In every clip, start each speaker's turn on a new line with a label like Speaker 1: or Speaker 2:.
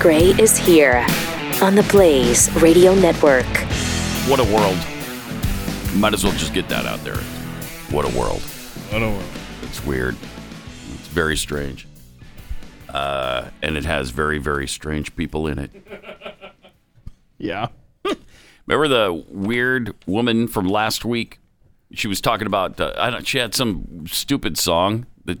Speaker 1: Gray is here on the Blaze Radio Network.
Speaker 2: What a world. Might as well just get that out there. What a world.
Speaker 3: I don't know.
Speaker 2: It's weird. It's very strange. Uh, and it has very, very strange people in it.
Speaker 3: Yeah.
Speaker 2: Remember the weird woman from last week? She was talking about uh, I don't. She had some stupid song that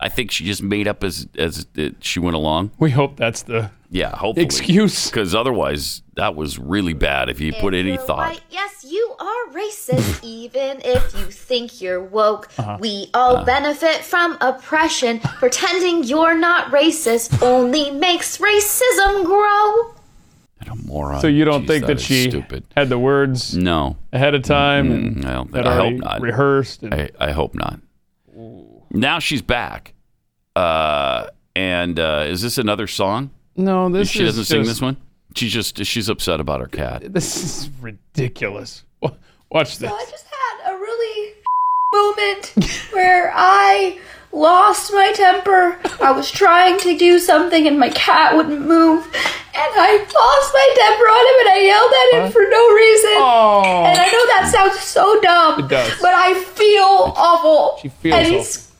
Speaker 2: I think she just made up as as it, she went along.
Speaker 3: We hope that's the
Speaker 2: Yeah, hopefully.
Speaker 3: excuse.
Speaker 2: Because otherwise, that was really bad. If you put any
Speaker 4: You're
Speaker 2: thought,
Speaker 4: right. Yes, you are racist, even if you think you're woke.
Speaker 2: Uh-huh.
Speaker 4: We all benefit from oppression. Pretending you're not racist only makes racism grow.
Speaker 2: what a moron.
Speaker 3: So you don't
Speaker 2: Jeez,
Speaker 3: think that,
Speaker 2: is
Speaker 3: she
Speaker 2: stupid?
Speaker 3: had the words
Speaker 2: No,
Speaker 3: ahead of time and
Speaker 2: Mm, I don't think.
Speaker 3: had
Speaker 2: I hope
Speaker 3: Mm-hmm.
Speaker 2: not.
Speaker 3: already rehearsed? And,
Speaker 2: I, I hope not. Now she's back. Uh, and uh, is this another song?
Speaker 3: no, this
Speaker 2: she
Speaker 3: is
Speaker 2: doesn't sing
Speaker 3: just-
Speaker 2: this one. She's just she's upset about her cat.
Speaker 3: This is ridiculous. Wa- Watch this.
Speaker 5: I just had a really moment where I lost my temper. I was trying to do something and my cat wouldn't move, and I lost my temper on him and I yelled at him for no reason.
Speaker 3: Oh.
Speaker 5: And I know that sounds so dumb,
Speaker 3: It does.
Speaker 5: but I feel awful.
Speaker 3: She feels
Speaker 5: and
Speaker 3: awful.
Speaker 5: he's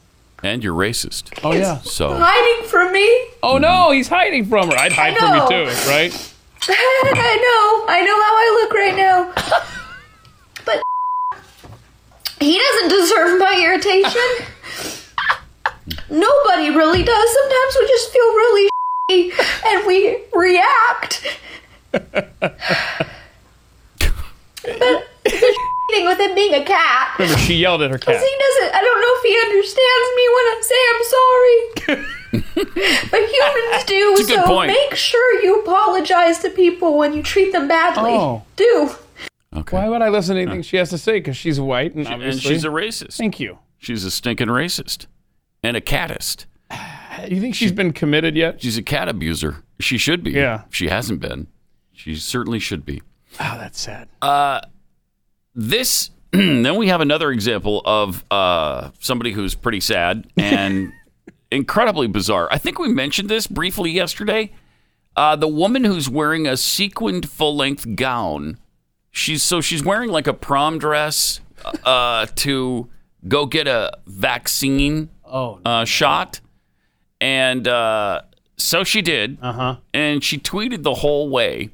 Speaker 2: And you're racist.
Speaker 3: Oh yeah.
Speaker 2: So
Speaker 5: hiding from me.
Speaker 3: Oh no, he's hiding from her. I'd hide from you
Speaker 5: know.
Speaker 3: too, right?
Speaker 5: I know. I know how I look right now. But he doesn't deserve my irritation. Nobody really does. Sometimes we just feel really shitty and we react. but the thing with him being a cat,
Speaker 3: Remember, she yelled at her cat.
Speaker 5: he doesn't. I don't know if he understands me when I say I'm sorry. but humans do.
Speaker 2: a good
Speaker 5: so
Speaker 2: point.
Speaker 5: make sure you apologize to people when you treat them badly.
Speaker 3: Oh.
Speaker 5: Do.
Speaker 2: okay. Um,
Speaker 3: Why would I listen to anything she has to say? Because she's white and
Speaker 2: and
Speaker 3: obviously.
Speaker 2: she's a racist.
Speaker 3: Thank you.
Speaker 2: She's a stinking racist and a catist.
Speaker 3: You think she's been committed yet?
Speaker 2: She's a cat abuser. She should be.
Speaker 3: Yeah.
Speaker 2: She hasn't been. She certainly should be.
Speaker 3: Oh, that's sad.
Speaker 2: this then we have another example of uh, somebody who's pretty sad and incredibly bizarre i think we mentioned this briefly yesterday uh, the woman who's wearing a sequined full-length gown she's so she's wearing like a prom dress uh, to go get a vaccine
Speaker 3: Oh,
Speaker 2: uh, shot and uh, so she did
Speaker 3: uh huh.
Speaker 2: and she tweeted the whole way.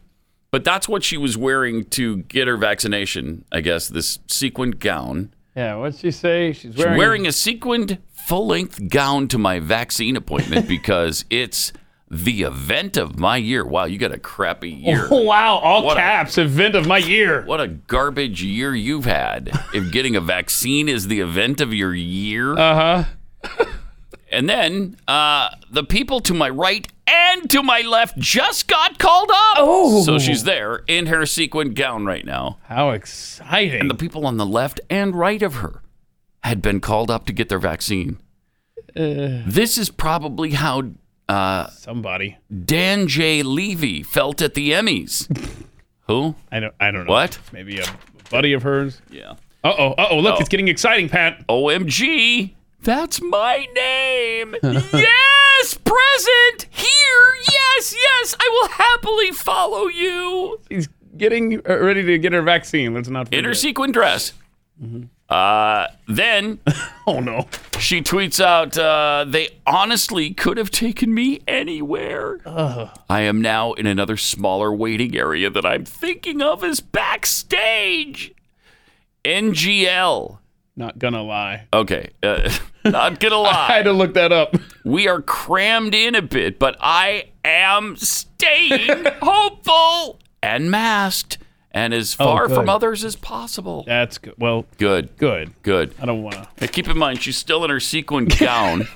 Speaker 2: But that's what she was wearing to get her vaccination, I guess, this sequined gown.
Speaker 3: Yeah, what'd she say? She's
Speaker 2: She's
Speaker 3: wearing,
Speaker 2: wearing a sequined full length gown to my vaccine appointment because it's the event of my year. Wow, you got a crappy year.
Speaker 3: Oh, wow, all
Speaker 2: What a-
Speaker 3: caps, event of my year.
Speaker 2: What a garbage year you've had. If getting a vaccine is the event of your year.
Speaker 3: Uh huh.
Speaker 2: And then uh, the people to my right and to my left just got called up.
Speaker 3: Oh.
Speaker 2: So she's there in her sequined gown right now.
Speaker 3: How exciting.
Speaker 2: And the people on the left and right of her had been called up to get their vaccine. this is probably how
Speaker 3: Somebody.
Speaker 2: Dan J. Levy felt at the Emmys. Who?
Speaker 3: I don't, I don't know.
Speaker 2: What?
Speaker 3: Maybe a buddy of hers.
Speaker 2: Yeah.
Speaker 3: Uh oh, uh oh, look,
Speaker 2: Oh.
Speaker 3: it's getting exciting, Pat.
Speaker 2: OMG. That's my name. yes, present. Here. Yes, yes. I will happily follow you.
Speaker 3: She's getting uh, ready to get her vaccine. Let's not forget.
Speaker 2: In her sequin dress. Uh, then
Speaker 3: oh, no.
Speaker 2: She tweets out, uh, they honestly could have taken me anywhere. I am now in another smaller waiting area that I'm thinking of as backstage. NGL.
Speaker 3: Not gonna lie.
Speaker 2: Okay, uh, not gonna
Speaker 3: I had
Speaker 2: lie.
Speaker 3: to look that up.
Speaker 2: We are crammed in a bit, but I am staying hopeful and masked and as far
Speaker 3: good.
Speaker 2: from others as possible.
Speaker 3: That's good. Well,
Speaker 2: Good,
Speaker 3: good.
Speaker 2: good.
Speaker 3: I don't wanna.
Speaker 2: Now, keep in mind, she's still in her sequin gown.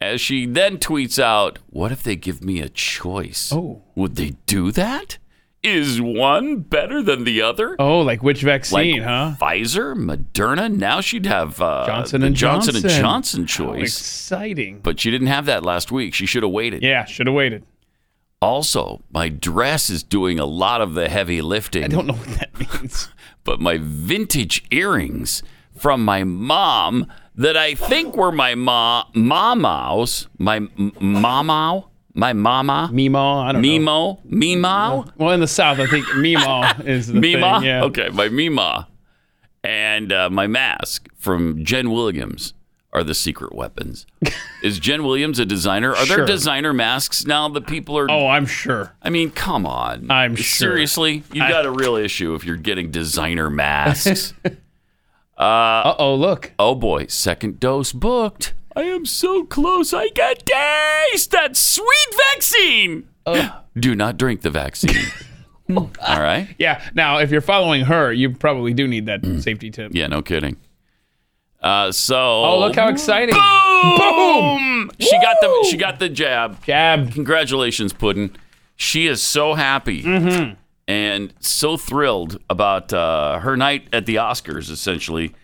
Speaker 2: As she then tweets out, What if they give me a choice?
Speaker 3: Oh.
Speaker 2: Would they do that? Is one better than the other?
Speaker 3: Oh, like which vaccine, huh?
Speaker 2: Pfizer, Moderna. Now she'd have uh,
Speaker 3: Johnson
Speaker 2: the
Speaker 3: and
Speaker 2: Johnson, and
Speaker 3: Johnson.
Speaker 2: Johnson
Speaker 3: How
Speaker 2: choice.
Speaker 3: exciting.
Speaker 2: But she didn't have that last week. She should have waited.
Speaker 3: yeah, should have waited.
Speaker 2: Also, my dress is doing a lot of the heavy lifting.
Speaker 3: I don't know what that means.
Speaker 2: but my vintage earrings from my mom that I think were my ma mama's, my m- mamaw, my mama,
Speaker 3: Meemaw. I don't know.
Speaker 2: Mimo, Mimo,
Speaker 3: Well, in the South, I think Meemaw is the
Speaker 2: Mima.
Speaker 3: thing. Yeah.
Speaker 2: Okay, my Mima and uh, my mask from Jen Williams are the secret weapons. Is Jen Williams a designer? Are there
Speaker 3: Sure.
Speaker 2: designer masks now that people are?
Speaker 3: Oh, I'm sure.
Speaker 2: I mean, come on.
Speaker 3: I'm sure.
Speaker 2: seriously, you got a real issue if you're getting designer masks.
Speaker 3: Uh oh, look.
Speaker 2: oh boy, second dose booked. I am so close. I can taste that sweet vaccine. Uh, Oh, Do not drink the vaccine. All right.
Speaker 3: Yeah. Now, if you're following her, you probably do need that safety tip.
Speaker 2: Mm. Yeah, no kidding. Uh, so
Speaker 3: Oh, look how exciting!
Speaker 2: boom! She got the she got the jab.
Speaker 3: Jab.
Speaker 2: Congratulations, Puddin. She is so happy and so thrilled about uh, her night at the Oscars, essentially,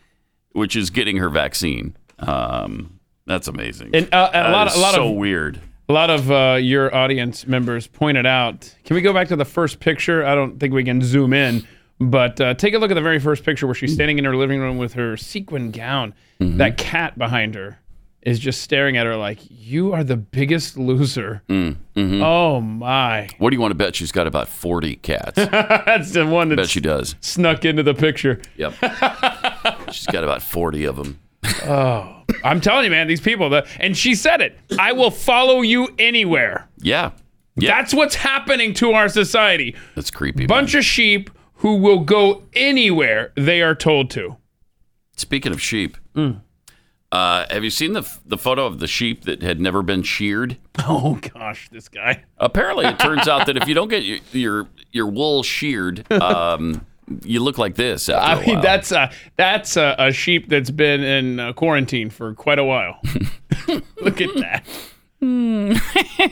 Speaker 2: which is getting her vaccine. Um, that's amazing.
Speaker 3: And, uh, and
Speaker 2: That
Speaker 3: a lot-
Speaker 2: is
Speaker 3: a lot
Speaker 2: so
Speaker 3: of-
Speaker 2: weird.
Speaker 3: A lot of uh, your audience members pointed out. Can we go back to the first picture? I don't think we can zoom in, but uh, take a look at the very first picture where
Speaker 2: Mm.
Speaker 3: she's standing in her living room with her sequin gown.
Speaker 2: Mm-hmm.
Speaker 3: That cat behind her is just staring at her like, "You are the biggest loser."
Speaker 2: Mm, mm-hmm.
Speaker 3: Oh my!
Speaker 2: What do you want to bet? She's got about forty cats. I
Speaker 3: That's the one that
Speaker 2: bet she does.
Speaker 3: snuck into the picture.
Speaker 2: Yep. She's got about forty of them.
Speaker 3: I'm telling you, man, these people. The, and she said it. I will follow you anywhere.
Speaker 2: Yeah. Yeah.
Speaker 3: That's what's happening to our society.
Speaker 2: That's creepy. man.
Speaker 3: bunch of sheep who will go anywhere they are told to.
Speaker 2: Speaking of sheep,
Speaker 3: Mm.
Speaker 2: uh, have you seen the the photo of the sheep that had never been sheared?
Speaker 3: Oh gosh, this guy.
Speaker 2: Apparently, it turns out that if you don't get your your, your wool sheared, um, you look like this. After
Speaker 3: I
Speaker 2: a
Speaker 3: mean,
Speaker 2: while.
Speaker 3: that's a that's a, a sheep that's been in uh, quarantine for quite a while. Look at that. Hmm.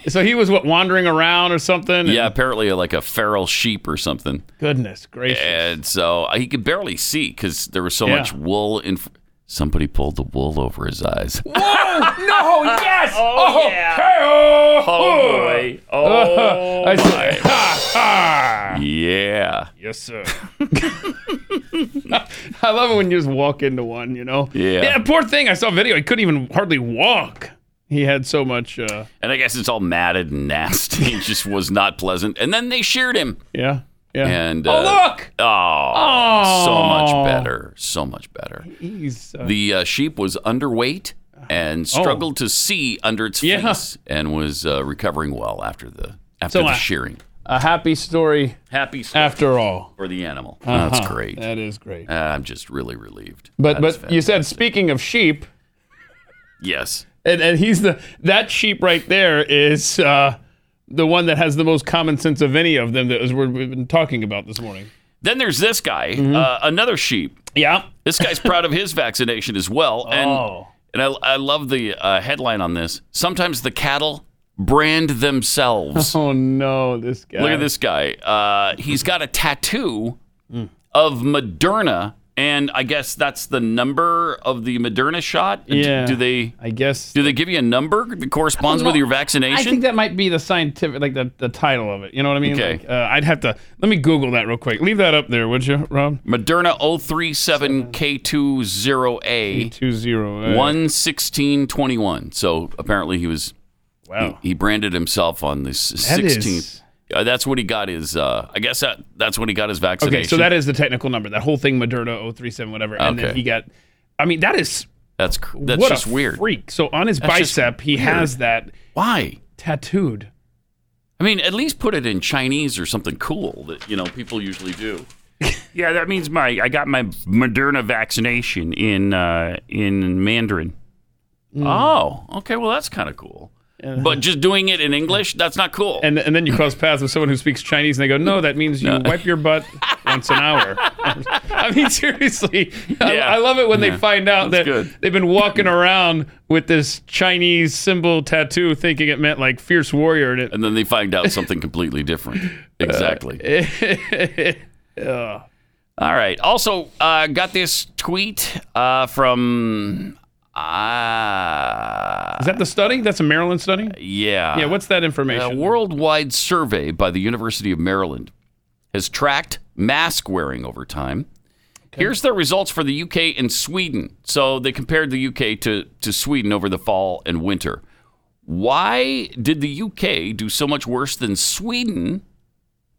Speaker 3: so he was what wandering around or something.
Speaker 2: yeah. Apparently, uh, like a feral sheep or something,
Speaker 3: Goodness gracious.
Speaker 2: and so uh, he could barely see because there was so
Speaker 3: Yeah.
Speaker 2: much wool in. fr- Somebody pulled the wool over his eyes.
Speaker 3: no. Yes. oh, yeah. Oh,
Speaker 2: Oh,
Speaker 3: I see.
Speaker 2: yeah.
Speaker 3: Yes, sir. I love it when you just walk into one, you know?
Speaker 2: Yeah.
Speaker 3: Yeah, poor thing. I saw a video. He couldn't even hardly walk. He had so much, uh,
Speaker 2: And I guess it's all matted and nasty. It just was not pleasant. And then they sheared him.
Speaker 3: yeah. Yeah.
Speaker 2: And
Speaker 3: oh,
Speaker 2: uh,
Speaker 3: look.
Speaker 2: Oh, so
Speaker 3: Oh.
Speaker 2: much better. So much better.
Speaker 3: He's, uh, Oh.
Speaker 2: The uh, sheep was underweight and struggled to see under its
Speaker 3: Yeah.
Speaker 2: face and was uh, recovering well after the after
Speaker 3: So,
Speaker 2: the
Speaker 3: uh,
Speaker 2: shearing.
Speaker 3: a happy story
Speaker 2: Happy story
Speaker 3: after all.
Speaker 2: for the animal. That's great.
Speaker 3: That is great.
Speaker 2: Uh, I'm just really relieved.
Speaker 3: But,
Speaker 2: That is
Speaker 3: but you
Speaker 2: fantastic.
Speaker 3: said, speaking of sheep,
Speaker 2: yes.
Speaker 3: and, and he's the, that sheep right there is, uh, the one that has the most common sense of any of them that is, we've been talking about this morning.
Speaker 2: Then there's this guy,
Speaker 3: Mm-hmm.
Speaker 2: uh, another sheep.
Speaker 3: Yeah.
Speaker 2: This guy's proud of his vaccination as well. And
Speaker 3: Oh.
Speaker 2: and I, I love the uh, headline on this. Sometimes the cattle brand themselves.
Speaker 3: Oh, no. This guy.
Speaker 2: Look at this guy. Uh, he's got a tattoo
Speaker 3: Mm.
Speaker 2: of Moderna, and I guess that's the number of the Moderna shot. D-
Speaker 3: Yeah.
Speaker 2: Do they
Speaker 3: I guess
Speaker 2: do they give you a number that corresponds with your
Speaker 3: I
Speaker 2: vaccination?
Speaker 3: think that might be the scientific, like the, the title of it. You know what I mean?
Speaker 2: Okay.
Speaker 3: Like, uh, I'd have to let me Google that real quick. Leave that up there, would you, Rob?
Speaker 2: Moderna 037K20A
Speaker 3: Two zero uh,
Speaker 2: 11621. So apparently he was
Speaker 3: Wow.
Speaker 2: he branded himself on the s-
Speaker 3: That is-
Speaker 2: 16th. Uh, that's what he got his. Uh, I guess that that's when he got his vaccination.
Speaker 3: Okay, so that is the technical number. That whole thing, Moderna 037, whatever. And then
Speaker 2: Okay.
Speaker 3: he got. I mean, that is
Speaker 2: that's cr- that's
Speaker 3: what
Speaker 2: just
Speaker 3: a
Speaker 2: weird.
Speaker 3: freak. So on his
Speaker 2: That's just
Speaker 3: bicep, he
Speaker 2: weird.
Speaker 3: has that
Speaker 2: Why?
Speaker 3: tattooed.
Speaker 2: I mean, at least put it in Chinese or something cool that you know people usually do. yeah, that means my I got my Moderna vaccination in uh, in Mandarin. Oh, okay. Well, that's kind of cool. But just doing it in English, that's not cool.
Speaker 3: And and then you cross paths with someone who speaks Chinese, and they go, "No, that means you wipe your butt once an hour." I mean, seriously, I,
Speaker 2: Yeah.
Speaker 3: I love it when
Speaker 2: Yeah.
Speaker 3: they find out
Speaker 2: That's
Speaker 3: that
Speaker 2: good.
Speaker 3: they've been walking around with this Chinese symbol tattoo, thinking it meant like fierce warrior, and it.
Speaker 2: and then they find out something completely different. Exactly. All right. Also, uh, got this tweet uh, from uh,
Speaker 3: Is that the study? That's a Maryland study.
Speaker 2: yeah.
Speaker 3: Yeah. What's that
Speaker 2: A
Speaker 3: information?
Speaker 2: worldwide survey by the University of Maryland has tracked mask wearing over time. Here's the results for the UK and Sweden. So they compared the UK to, to Sweden over the fall and winter. Why did the UK do so much worse than Sweden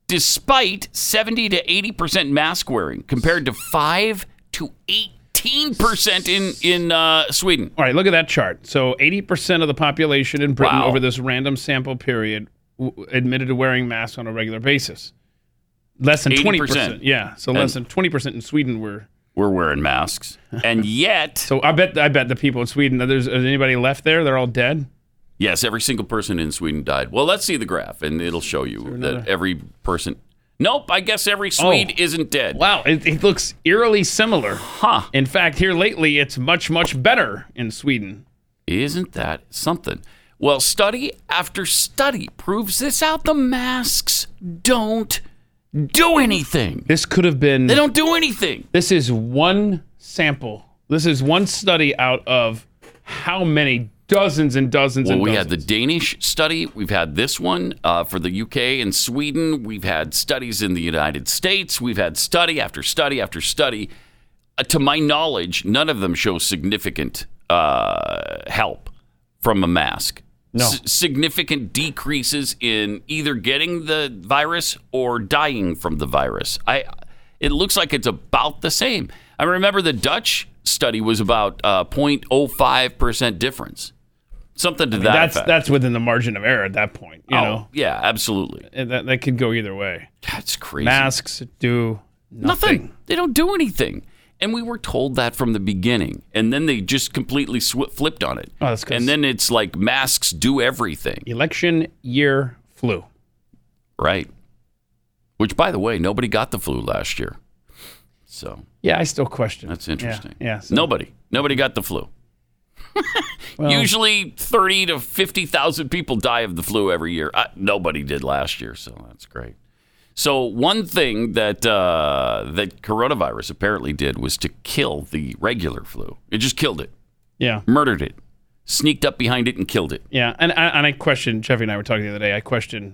Speaker 2: despite 70 to 80% mask wearing compared to 5 to 18% in in uh, Sweden?
Speaker 3: All right, look at that chart. So 80% of the population in Britain
Speaker 2: Wow.
Speaker 3: over this random sample period w- admitted to wearing masks on a regular basis. Less than 20%.
Speaker 2: 80%.
Speaker 3: Yeah, so less than 20% in Sweden were.
Speaker 2: We're wearing masks. And yet,
Speaker 3: So I bet I bet the people in Sweden, that there's is anybody left there? They're all dead.
Speaker 2: yes, every single person in Sweden died. Well, let's see the graph and it'll show you that every person Nope, I guess every Swede isn't dead.
Speaker 3: Wow, it, it looks eerily similar.
Speaker 2: Huh.
Speaker 3: In fact, here lately, it's much, much better in Sweden.
Speaker 2: Isn't that something? Well, study after study proves this out. The masks don't do anything.
Speaker 3: This could have been.
Speaker 2: They don't do anything.
Speaker 3: This is one sample. This is one study out of how many dozens and dozens
Speaker 2: Well,
Speaker 3: and
Speaker 2: we had
Speaker 3: dozens.
Speaker 2: the Danish study. We've had this one uh, for the UK and Sweden. We've had studies in the United States. We've had study after study after study. Uh, to my knowledge, none of them show significant uh, help from a mask.
Speaker 3: No.
Speaker 2: significant decreases in either getting the virus or dying from the virus. I. It looks like it's about the same. I remember the Dutch study was about uh, 0.05% difference, something to that
Speaker 3: that's
Speaker 2: effect.
Speaker 3: that's within the margin of error at that point. You
Speaker 2: Oh,
Speaker 3: know,
Speaker 2: yeah, absolutely.
Speaker 3: And that that could go either way.
Speaker 2: That's crazy.
Speaker 3: Masks do
Speaker 2: Nothing.
Speaker 3: nothing.
Speaker 2: They don't do anything. And we were told that from the beginning. And then they just completely sw- flipped on it.
Speaker 3: Oh, that's 'cause-
Speaker 2: and then it's like masks do everything.
Speaker 3: Election year flu.
Speaker 2: Right. Which, by the way, nobody got the flu last year. So
Speaker 3: Yeah, I still question. it.
Speaker 2: that's interesting.
Speaker 3: Yeah. yeah so-
Speaker 2: Nobody. Nobody got the flu.
Speaker 3: Well,
Speaker 2: Usually 30 to 50,000 people die of the flu every year. I, nobody did last year, so that's great. So one thing that uh, that coronavirus apparently did was to kill the regular flu. It just killed it,
Speaker 3: Yeah.
Speaker 2: murdered it, sneaked up behind it and killed it.
Speaker 3: Yeah, and I, and I question Jeffy and I were talking the other day. I question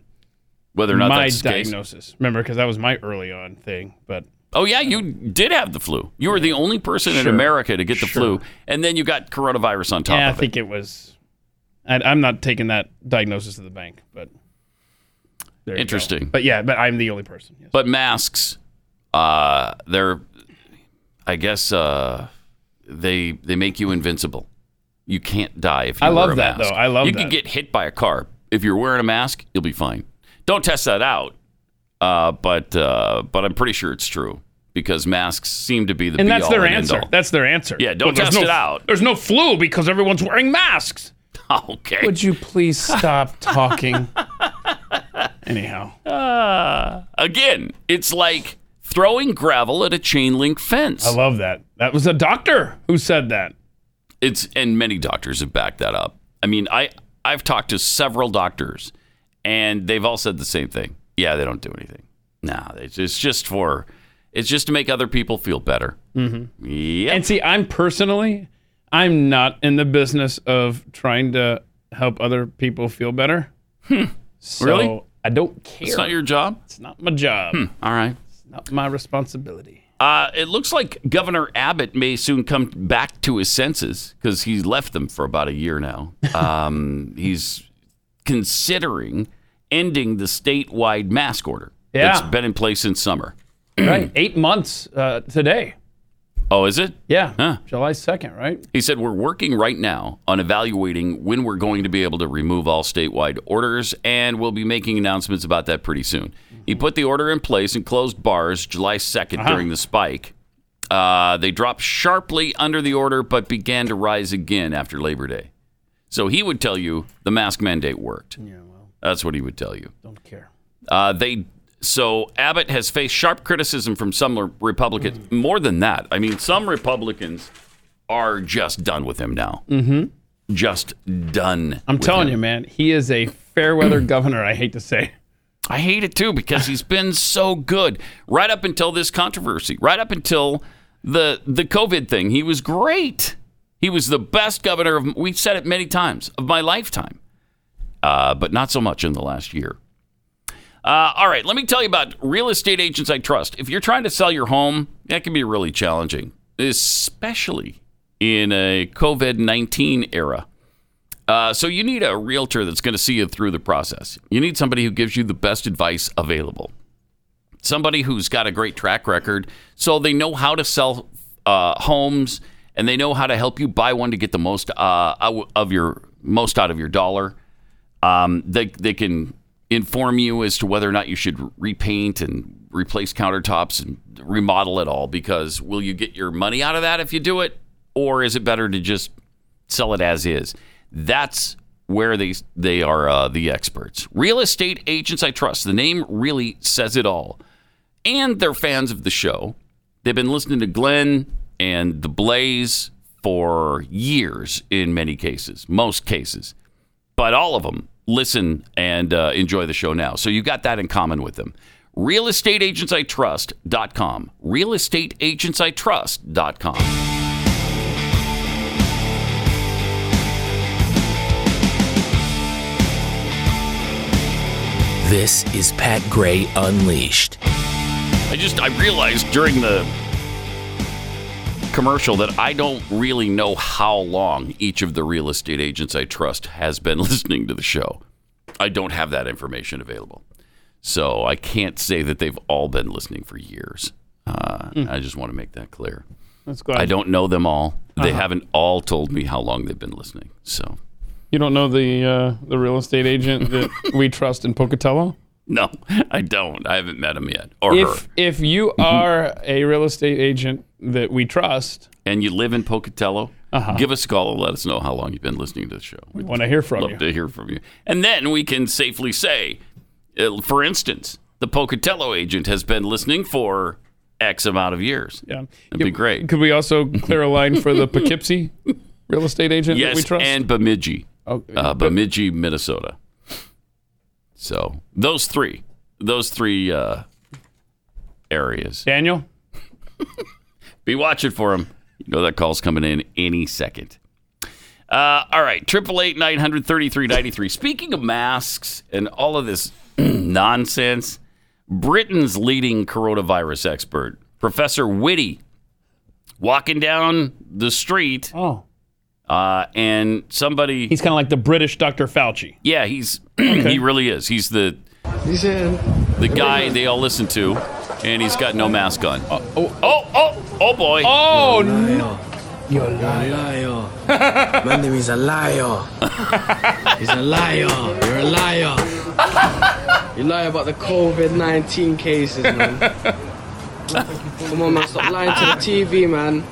Speaker 2: Whether or not
Speaker 3: my
Speaker 2: that's the case.
Speaker 3: diagnosis. Remember, because that was my early on thing. But
Speaker 2: Oh yeah, you did have the flu. You were the only person in
Speaker 3: Sure.
Speaker 2: America to get the
Speaker 3: Sure.
Speaker 2: flu, and then you got coronavirus on top
Speaker 3: yeah, I
Speaker 2: of it.
Speaker 3: think it was. I, I'm not taking that diagnosis to the bank, but there you go.
Speaker 2: Interesting.
Speaker 3: But yeah, but I'm the only person. Yes.
Speaker 2: But masks, uh, they're, I guess, uh, they they make you invincible. You can't die if you
Speaker 3: I
Speaker 2: wear
Speaker 3: love
Speaker 2: a
Speaker 3: that,
Speaker 2: mask.
Speaker 3: though. I love
Speaker 2: You
Speaker 3: that.
Speaker 2: can get hit by a car if you're wearing a mask. You'll be fine. Don't test that out. Uh, but uh, but I'm pretty sure it's true because masks seem to be the
Speaker 3: and
Speaker 2: be
Speaker 3: that's
Speaker 2: all
Speaker 3: their
Speaker 2: and end
Speaker 3: answer.
Speaker 2: all.
Speaker 3: That's their answer.
Speaker 2: Yeah, don't
Speaker 3: there's
Speaker 2: test
Speaker 3: no-
Speaker 2: it out.
Speaker 3: There's no flu because everyone's wearing masks.
Speaker 2: okay.
Speaker 3: Would you please stop talking? Anyhow, uh.
Speaker 2: Again, it's like throwing gravel at a chain link fence.
Speaker 3: I love that. That was a doctor who said that.
Speaker 2: it's and many doctors have backed that up. I mean, I I've talked to several doctors, and they've all said the same thing. Yeah, they don't do anything. No, it's, it's just for it's just to make other people feel better. Mm-hmm. Yeah,
Speaker 3: And see, I'm personally, I'm not in the business of trying to help other people feel better. So
Speaker 2: Hmm. Really?
Speaker 3: I don't care.
Speaker 2: it's not your Hmm. job.
Speaker 3: It's not my job.
Speaker 2: All right.
Speaker 3: Not my responsibility.
Speaker 2: Uh, it looks like Governor Abbott may soon come back to his senses because he's left them for about a year now. Um, he's considering ending the statewide mask order that's
Speaker 3: Yeah.
Speaker 2: been in place since summer.
Speaker 3: right. Eight months uh, today.
Speaker 2: Oh, is it?
Speaker 3: Yeah.
Speaker 2: Huh.
Speaker 3: July 2nd, right?
Speaker 2: He said, We're working right now on evaluating when we're going to be able to remove all statewide orders, and we'll be making announcements about that pretty soon. He put the order in place and closed bars July 2nd during the spike. Uh, they dropped sharply under the order, but began to rise again after Labor Day. So he would tell you the mask mandate worked. Yeah, well. That's what he would tell you.
Speaker 3: Don't care.
Speaker 2: Uh, they so Abbott has faced sharp criticism from some Republicans. More than that, I mean, some Republicans are just done with him now. Mm-hmm. Just done.
Speaker 3: I'm telling you, man, he is a fair weather governor, I hate to say.
Speaker 2: I hate it too because he's been so good right up until this controversy, right up until the the COVID thing. He was great. He was the best governor of we've said it many times of my lifetime, uh, but not so much in the last year. Uh, all right, let me tell you about real estate agents I trust. If you're trying to sell your home, that can be really challenging, especially in a COVID 19 era. Uh, so you need a realtor that's going to see you through the process. You need somebody who gives you the best advice available. Somebody who's got a great track record, so they know how to sell uh, homes and they know how to help you buy one to get the most uh, ou- of your most out of your dollar. Um, they they can inform you as to whether or not you should repaint and replace countertops and remodel it all because will you get your money out of that if you do it or is it better to just sell it as is. That's where they they are uh, the experts. Real estate agents I trust. The name really says it all. And they're fans of the show. They've been listening to Glenn and the Blaze for years in many cases, most cases. But all of them listen and uh, enjoy the show now. So you got that in common with them. Realestateagentsitrust.com. Realestateagentsitrust.com.
Speaker 6: This is Pat Gray Unleashed.
Speaker 2: I just I realized during the commercial that I don't really know how long each of the real estate agents I trust has been listening to the show. I don't have that information available. So I can't say that they've all been listening for years. Uh, I just want to make that clear.
Speaker 3: That's good.
Speaker 2: I don't know them all. They haven't all told me how long they've been listening. So,
Speaker 3: You don't know the uh, the real estate agent that we trust in Pocatello?
Speaker 2: no, I don't. I haven't met them yet or Mm-hmm. her.
Speaker 3: If if you are a real estate agent that we trust,
Speaker 2: And you live in Pocatello, give us a call and let us know how long you've been listening to the show.
Speaker 3: we want to hear from you.
Speaker 2: love to hear from you. And then we can safely say, uh, for instance, the Pocatello agent has been listening for X amount of years.
Speaker 3: Yeah,
Speaker 2: That'd be great.
Speaker 3: Could we also clear a line for the Poughkeepsie real estate agent that we
Speaker 2: Yes,
Speaker 3: trust?
Speaker 2: and Bemidji,
Speaker 3: oh,
Speaker 2: uh, Bemidji, Minnesota. So those three, those three uh, areas.
Speaker 3: Daniel,
Speaker 2: Be watching for him. You know that call's coming in any second. Uh, all right, triple eight nine hundred thirty three ninety three. Speaking of masks and all of this nonsense, Britain's leading coronavirus expert, Professor Whitty, walking down the street,
Speaker 3: oh,
Speaker 2: uh, and somebody,
Speaker 3: he's kind of like the British Dr. Fauci.
Speaker 2: yeah, he's he really is. He's the
Speaker 7: He's in.
Speaker 2: the guy they all listen to, and he's got no mask on. Oh, oh, oh, oh, oh boy!
Speaker 3: Oh, n-
Speaker 7: Liar. You're a liar. My name is a liar. He's a liar. You're a liar. You lie about the COVID 19 cases, man. Come on, man. Stop lying to the TV, man.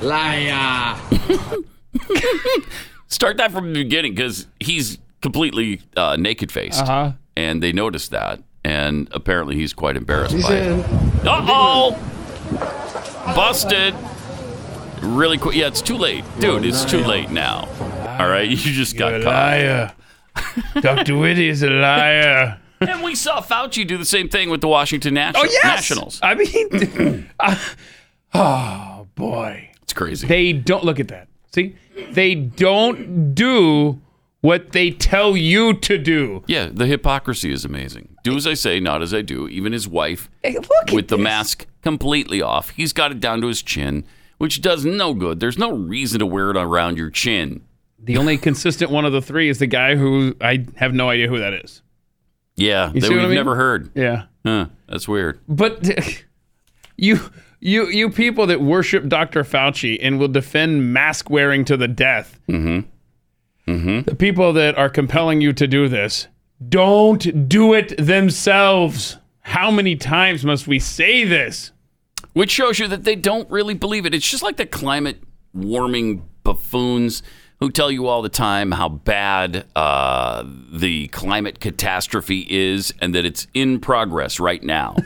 Speaker 7: Liar.
Speaker 2: start that from the beginning because he's completely uh, naked faced,
Speaker 3: Uh-huh.
Speaker 2: and they noticed that, and apparently he's quite embarrassed
Speaker 7: He's
Speaker 2: by it.
Speaker 7: in.
Speaker 2: Uh oh, busted! Really quick, yeah, it's too late, dude. It's too late now. All right, you just got caught.
Speaker 3: liar. Dr. Whitty is a liar.
Speaker 2: And we saw Fauci do the same thing with the Washington National- Nationals.
Speaker 3: Oh, I mean, I- oh boy,
Speaker 2: It's crazy.
Speaker 3: they don't look at that. See, they don't do what they tell you to do.
Speaker 2: yeah, the hypocrisy is amazing. Do as I say, not as I do. Even his wife
Speaker 3: Hey, look
Speaker 2: with the mask completely off. He's got it down to his chin, which does no good. There's no reason to wear it around your chin.
Speaker 3: The only consistent one of the three is the guy who I have no idea who that is.
Speaker 2: Yeah, that
Speaker 3: see
Speaker 2: we've
Speaker 3: what I mean?
Speaker 2: never heard.
Speaker 3: Yeah,
Speaker 2: Huh, that's weird.
Speaker 3: but you. You, you people that worship Dr. Fauci and will defend mask wearing to the death, mm-hmm. Mm-hmm. the people that are compelling you to do this, don't do it themselves. How many times must we say this?
Speaker 2: Which shows you that they don't really believe it. It's just like the climate warming buffoons who tell you all the time how bad uh, the climate catastrophe is and that it's in progress right now.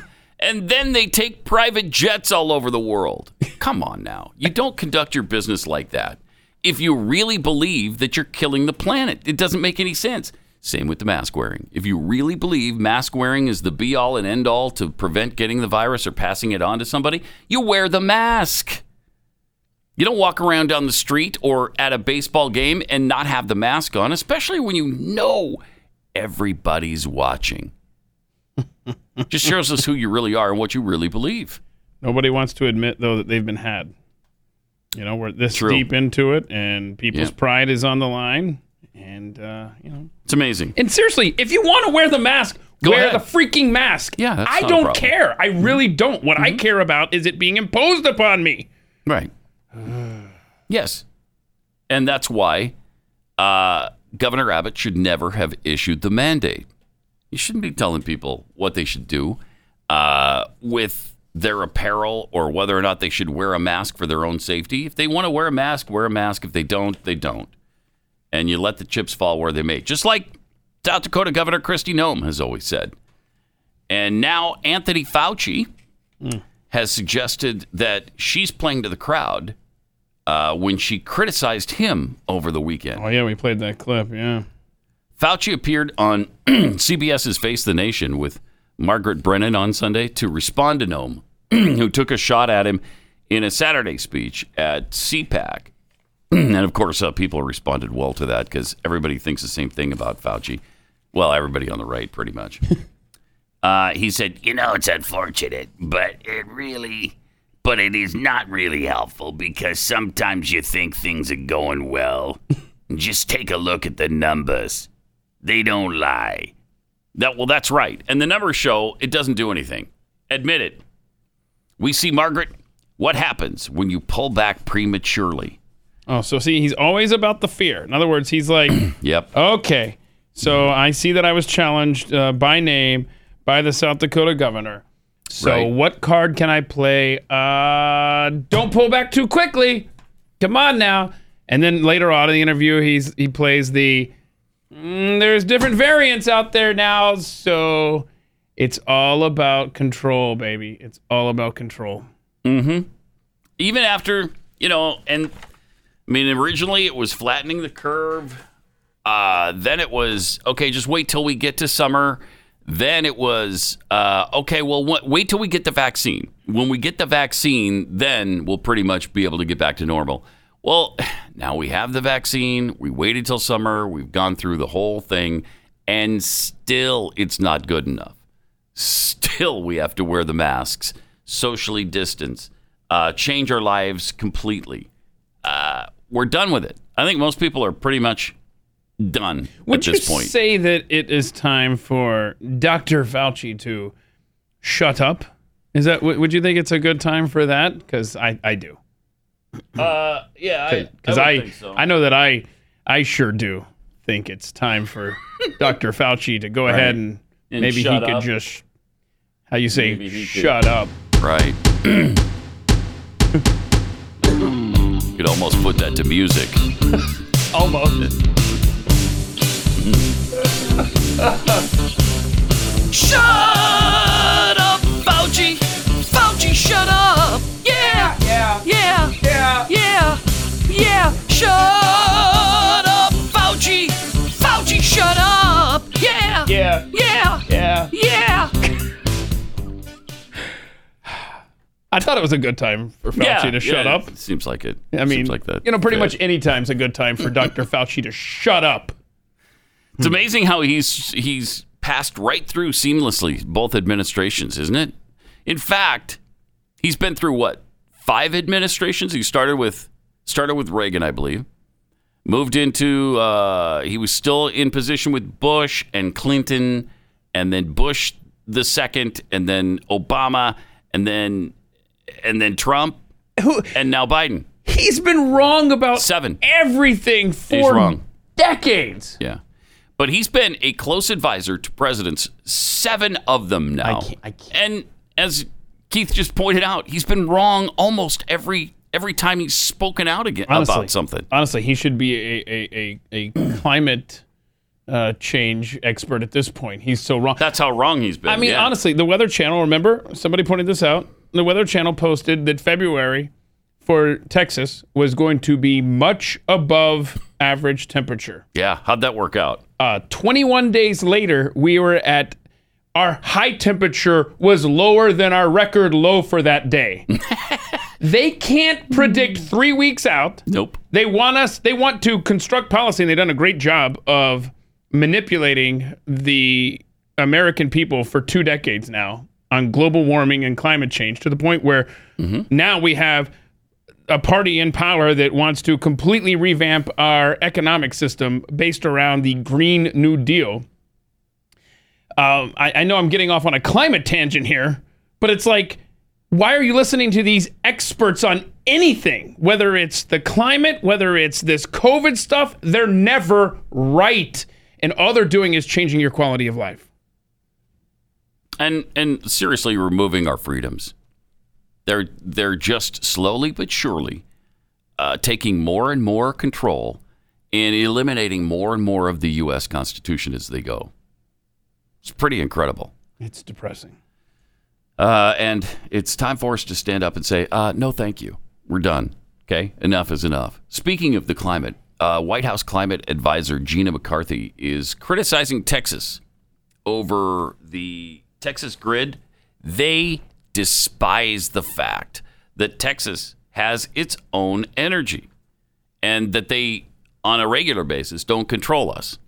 Speaker 2: and then they take private jets all over the world. Come on now. You don't conduct your business like that. if you really believe that you're killing the planet. It doesn't make any sense. Same with the mask wearing. If you really believe mask wearing is the be all and end all to prevent getting the virus or passing it on to somebody, you wear the mask. You don't walk around down the street or at a baseball game and not have the mask on, especially when you know everybody's watching. Just shows us who you really are and what you really believe.
Speaker 3: Nobody wants to admit though that they've been had. You know, we're this
Speaker 2: True.
Speaker 3: deep into it, and people's
Speaker 2: Yeah.
Speaker 3: pride is on the line. And uh, you know,
Speaker 2: It's amazing.
Speaker 3: and seriously, if you want to wear the mask,
Speaker 2: Go
Speaker 3: wear
Speaker 2: ahead.
Speaker 3: the freaking mask.
Speaker 2: Yeah, that's
Speaker 3: I
Speaker 2: not a
Speaker 3: don't
Speaker 2: problem.
Speaker 3: care. I really don't. What I care about is it being imposed upon me.
Speaker 2: Right. yes. And that's why uh, Governor Abbott should never have issued the mandate. You shouldn't be telling people what they should do uh, with their apparel or whether or not they should wear a mask for their own safety. If they want to wear a mask, wear a mask. If they don't, they don't. And you let the chips fall where they may. Just like South Dakota Governor Christy Noem has always said. And now Anthony Fauci has suggested that she's playing to the crowd uh, when she criticized him over the weekend.
Speaker 3: Oh yeah, we played that clip. Yeah.
Speaker 2: Fauci appeared on CBS's Face the Nation with Margaret Brennan on Sunday to respond to Noam, who took a shot at him in a Saturday speech at CPAC. and of course, uh, people responded well to that because everybody thinks the same thing about Fauci. Well, everybody on the right, pretty much. uh, he said, You know, it's unfortunate, but it really. But it is not really helpful because sometimes you think things are going well. Just take a look at the numbers. They don't lie. That well, that's right. And the numbers show it doesn't do anything. Admit it. We see Margaret. What happens when you pull back prematurely?
Speaker 3: Oh, so see, he's always about the fear. In other words, he's like,
Speaker 2: Yep.
Speaker 3: okay, so I see that I was challenged uh, by name by the South Dakota governor. So
Speaker 2: Right.
Speaker 3: what card can I play? Uh, don't pull back too quickly. Come on now. And then later on in the interview, he's he plays the. "Mm, there's different variants out there now, so it's all about control, baby. It's all about control.
Speaker 2: Even after you know, and I mean, originally it was flattening the curve. Uh, then it was okay. Just wait till we get to summer. Then it was uh, okay. Well, wha- wait till we get the vaccine. When we get the vaccine, then we'll pretty much be able to get back to normal. Well, now we have the vaccine. We waited till summer. We've gone through the whole thing, and still it's not good enough. Still, we have to wear the masks, socially distance, uh, change our lives completely. Uh, we're done with it. I think most people are pretty much done
Speaker 3: Would
Speaker 2: at this
Speaker 3: you
Speaker 2: point.
Speaker 3: say that it is time for Dr. Fauci to shut up? Is that would would you think it's a good time for that? Because I, I do.
Speaker 2: uh, yeah,
Speaker 3: Because I I, know that I I sure do think it's time for Dr. Fauci to go ahead and,
Speaker 2: And
Speaker 3: maybe he
Speaker 2: shut
Speaker 3: could
Speaker 2: up.
Speaker 3: just how you say
Speaker 2: Maybe he could.
Speaker 3: shut up.
Speaker 2: right. you could almost put that to music.
Speaker 3: Almost.
Speaker 2: Shut up, Fauci. Fauci, shut up. Yeah. Yeah. Yeah. Yeah. Yeah. Yeah. Shut up, Fauci. Fauci, shut up. Yeah.
Speaker 3: Yeah.
Speaker 2: Yeah.
Speaker 3: Yeah.
Speaker 2: Yeah.
Speaker 3: I thought it was a good time for Fauci to shut up.
Speaker 2: Seems like it.
Speaker 3: I mean,
Speaker 2: Seems like that.
Speaker 3: you know, pretty
Speaker 2: fit.
Speaker 3: much any time's a good time for Dr. Fauci to shut up.
Speaker 2: It's amazing how he's he's passed right through seamlessly both administrations, isn't it? In fact, he's been through what five administrations. He started with started with Reagan, I believe. Moved into uh, he was still in position with Bush and Clinton, and then Bush the second, and then Obama, and then and then Trump, and now Biden.
Speaker 3: He's been wrong about
Speaker 2: Seven.
Speaker 3: everything for
Speaker 2: He's wrong.
Speaker 3: decades.
Speaker 2: Yeah. But he's been a close advisor to presidents, seven of them now.
Speaker 3: can't- I can't.
Speaker 2: And as Keith just pointed out, he's been wrong almost every every time he's spoken out again
Speaker 3: Honestly.
Speaker 2: about something.
Speaker 3: Honestly, he should be a a, a, a climate uh, change expert at this point. He's so wrong.
Speaker 2: That's how wrong he's been.
Speaker 3: I mean,
Speaker 2: yeah.
Speaker 3: honestly, the Weather Channel. Remember, somebody pointed this out. The Weather Channel posted that February for Texas was going to be much above average temperature.
Speaker 2: Yeah. How'd that work out?
Speaker 3: Uh, 21 days later, we were at our high temperature was lower than our record low for that day. they can't predict three weeks out.
Speaker 2: Nope.
Speaker 3: They want us. They want to construct policy, and they've done a great job of manipulating the American people for two decades now on global warming and climate change to the point where now we have a party in power that wants to completely revamp our economic system based around the Green New Deal. Um, I, I know I'm getting off on a climate tangent here, but it's like, why are you listening to these experts on anything? Whether it's the climate, whether it's this COVID stuff, they're never right. And all they're doing is changing your quality of life.
Speaker 2: and and seriously removing our freedoms. They're they're just slowly but surely uh, taking more and more control and eliminating more and more of the U.S. Constitution as they go. It's pretty incredible.
Speaker 3: It's depressing.
Speaker 2: Uh, and it's time for us to stand up and say, uh, no, thank you. We're done. Okay, enough is enough. Speaking of the climate, uh, White House climate advisor Gina McCarthy is criticizing Texas over the Texas grid. They despise the fact that Texas has its own energy and that they, on a regular basis, don't control us.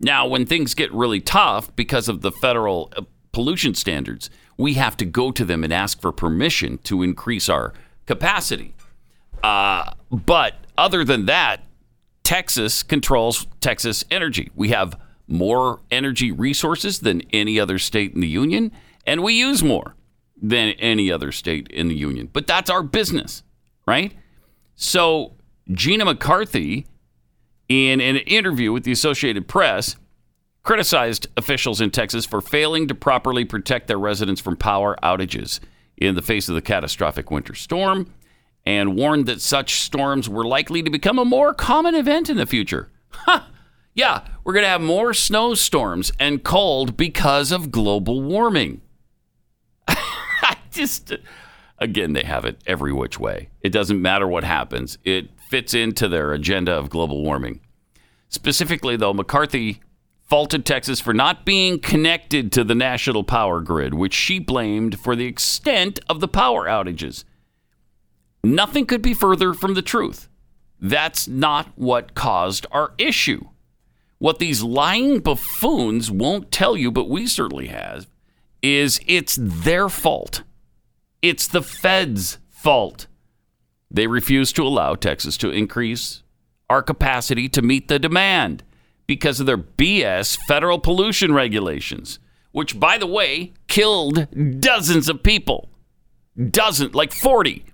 Speaker 2: Now, when things get really tough because of the federal uh, pollution standards, we have to go to them and ask for permission to increase our capacity. Uh, but other than that, Texas controls Texas energy. We have more energy resources than any other state in the union, and we use more than any other state in the union. But that's our business, right? So Gina McCarthy in an interview with the Associated Press, criticized officials in Texas for failing to properly protect their residents from power outages in the face of the catastrophic winter storm and warned that such storms were likely to become a more common event in the future. Huh. Yeah, we're going to have more snowstorms and cold because of global warming. I just again they have it every which way. It doesn't matter what happens. It fits into their agenda of global warming. Specifically though, McCarthy faulted Texas for not being connected to the national power grid, which she blamed for the extent of the power outages. Nothing could be further from the truth. That's not what caused our issue. What these lying buffoons won't tell you, but we certainly have, is it's their fault. It's the Fed's fault. They refuse to allow Texas to increase our capacity to meet the demand because of their BS federal pollution regulations, which, by the way, killed dozens of people. Dozens, like 40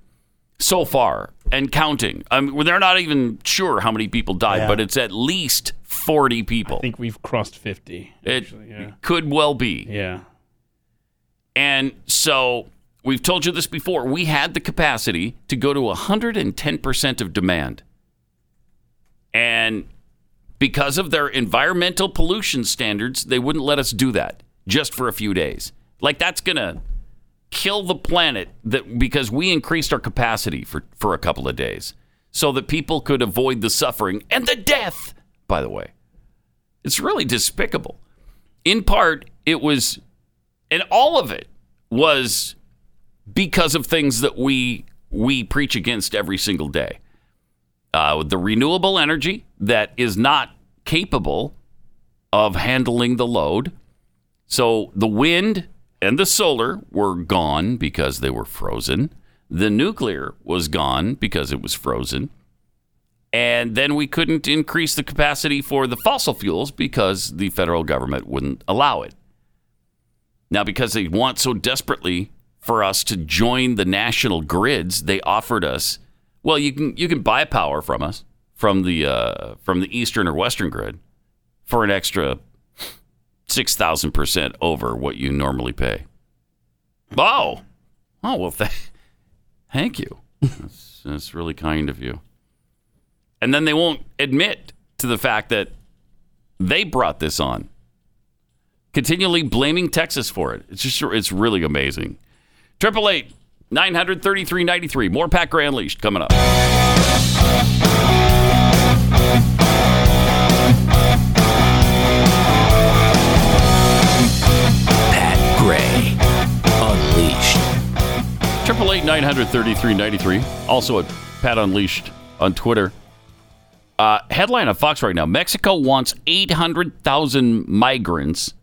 Speaker 2: so far and counting. I mean, they're not even sure how many people died, but it's at least 40 people.
Speaker 3: I think we've crossed 50.
Speaker 2: it
Speaker 3: Actually, yeah.
Speaker 2: could well be.
Speaker 3: Yeah.
Speaker 2: And so we've told you this before. We had the capacity to go to 110% of demand. And because of their environmental pollution standards, they wouldn't let us do that just for a few days. Like that's going to kill the planet that because we increased our capacity for, for a couple of days so that people could avoid the suffering and the death, by the way. It's really despicable. In part, it was and all of it was because of things that we we preach against every single day. Uh, the renewable energy that is not capable of handling the load. So the wind and the solar were gone because they were frozen. The nuclear was gone because it was frozen. And then we couldn't increase the capacity for the fossil fuels because the federal government wouldn't allow it. Now, because they want so desperately for us to join the national grids, they offered us, well, you can you can buy power from us from the uh, from the eastern or western grid for an extra six thousand percent over what you normally pay. Oh, oh well, th- thank you. That's, that's really kind of you. And then they won't admit to the fact that they brought this on continually blaming Texas for it. It's just it's really amazing. Triple eight. 933.93. More Pat Gray Unleashed coming up.
Speaker 6: Pat Gray Unleashed.
Speaker 2: Triple eight nine hundred thirty three ninety three. Also at Pat Unleashed on Twitter. Uh, headline on Fox right now: Mexico wants eight hundred thousand migrants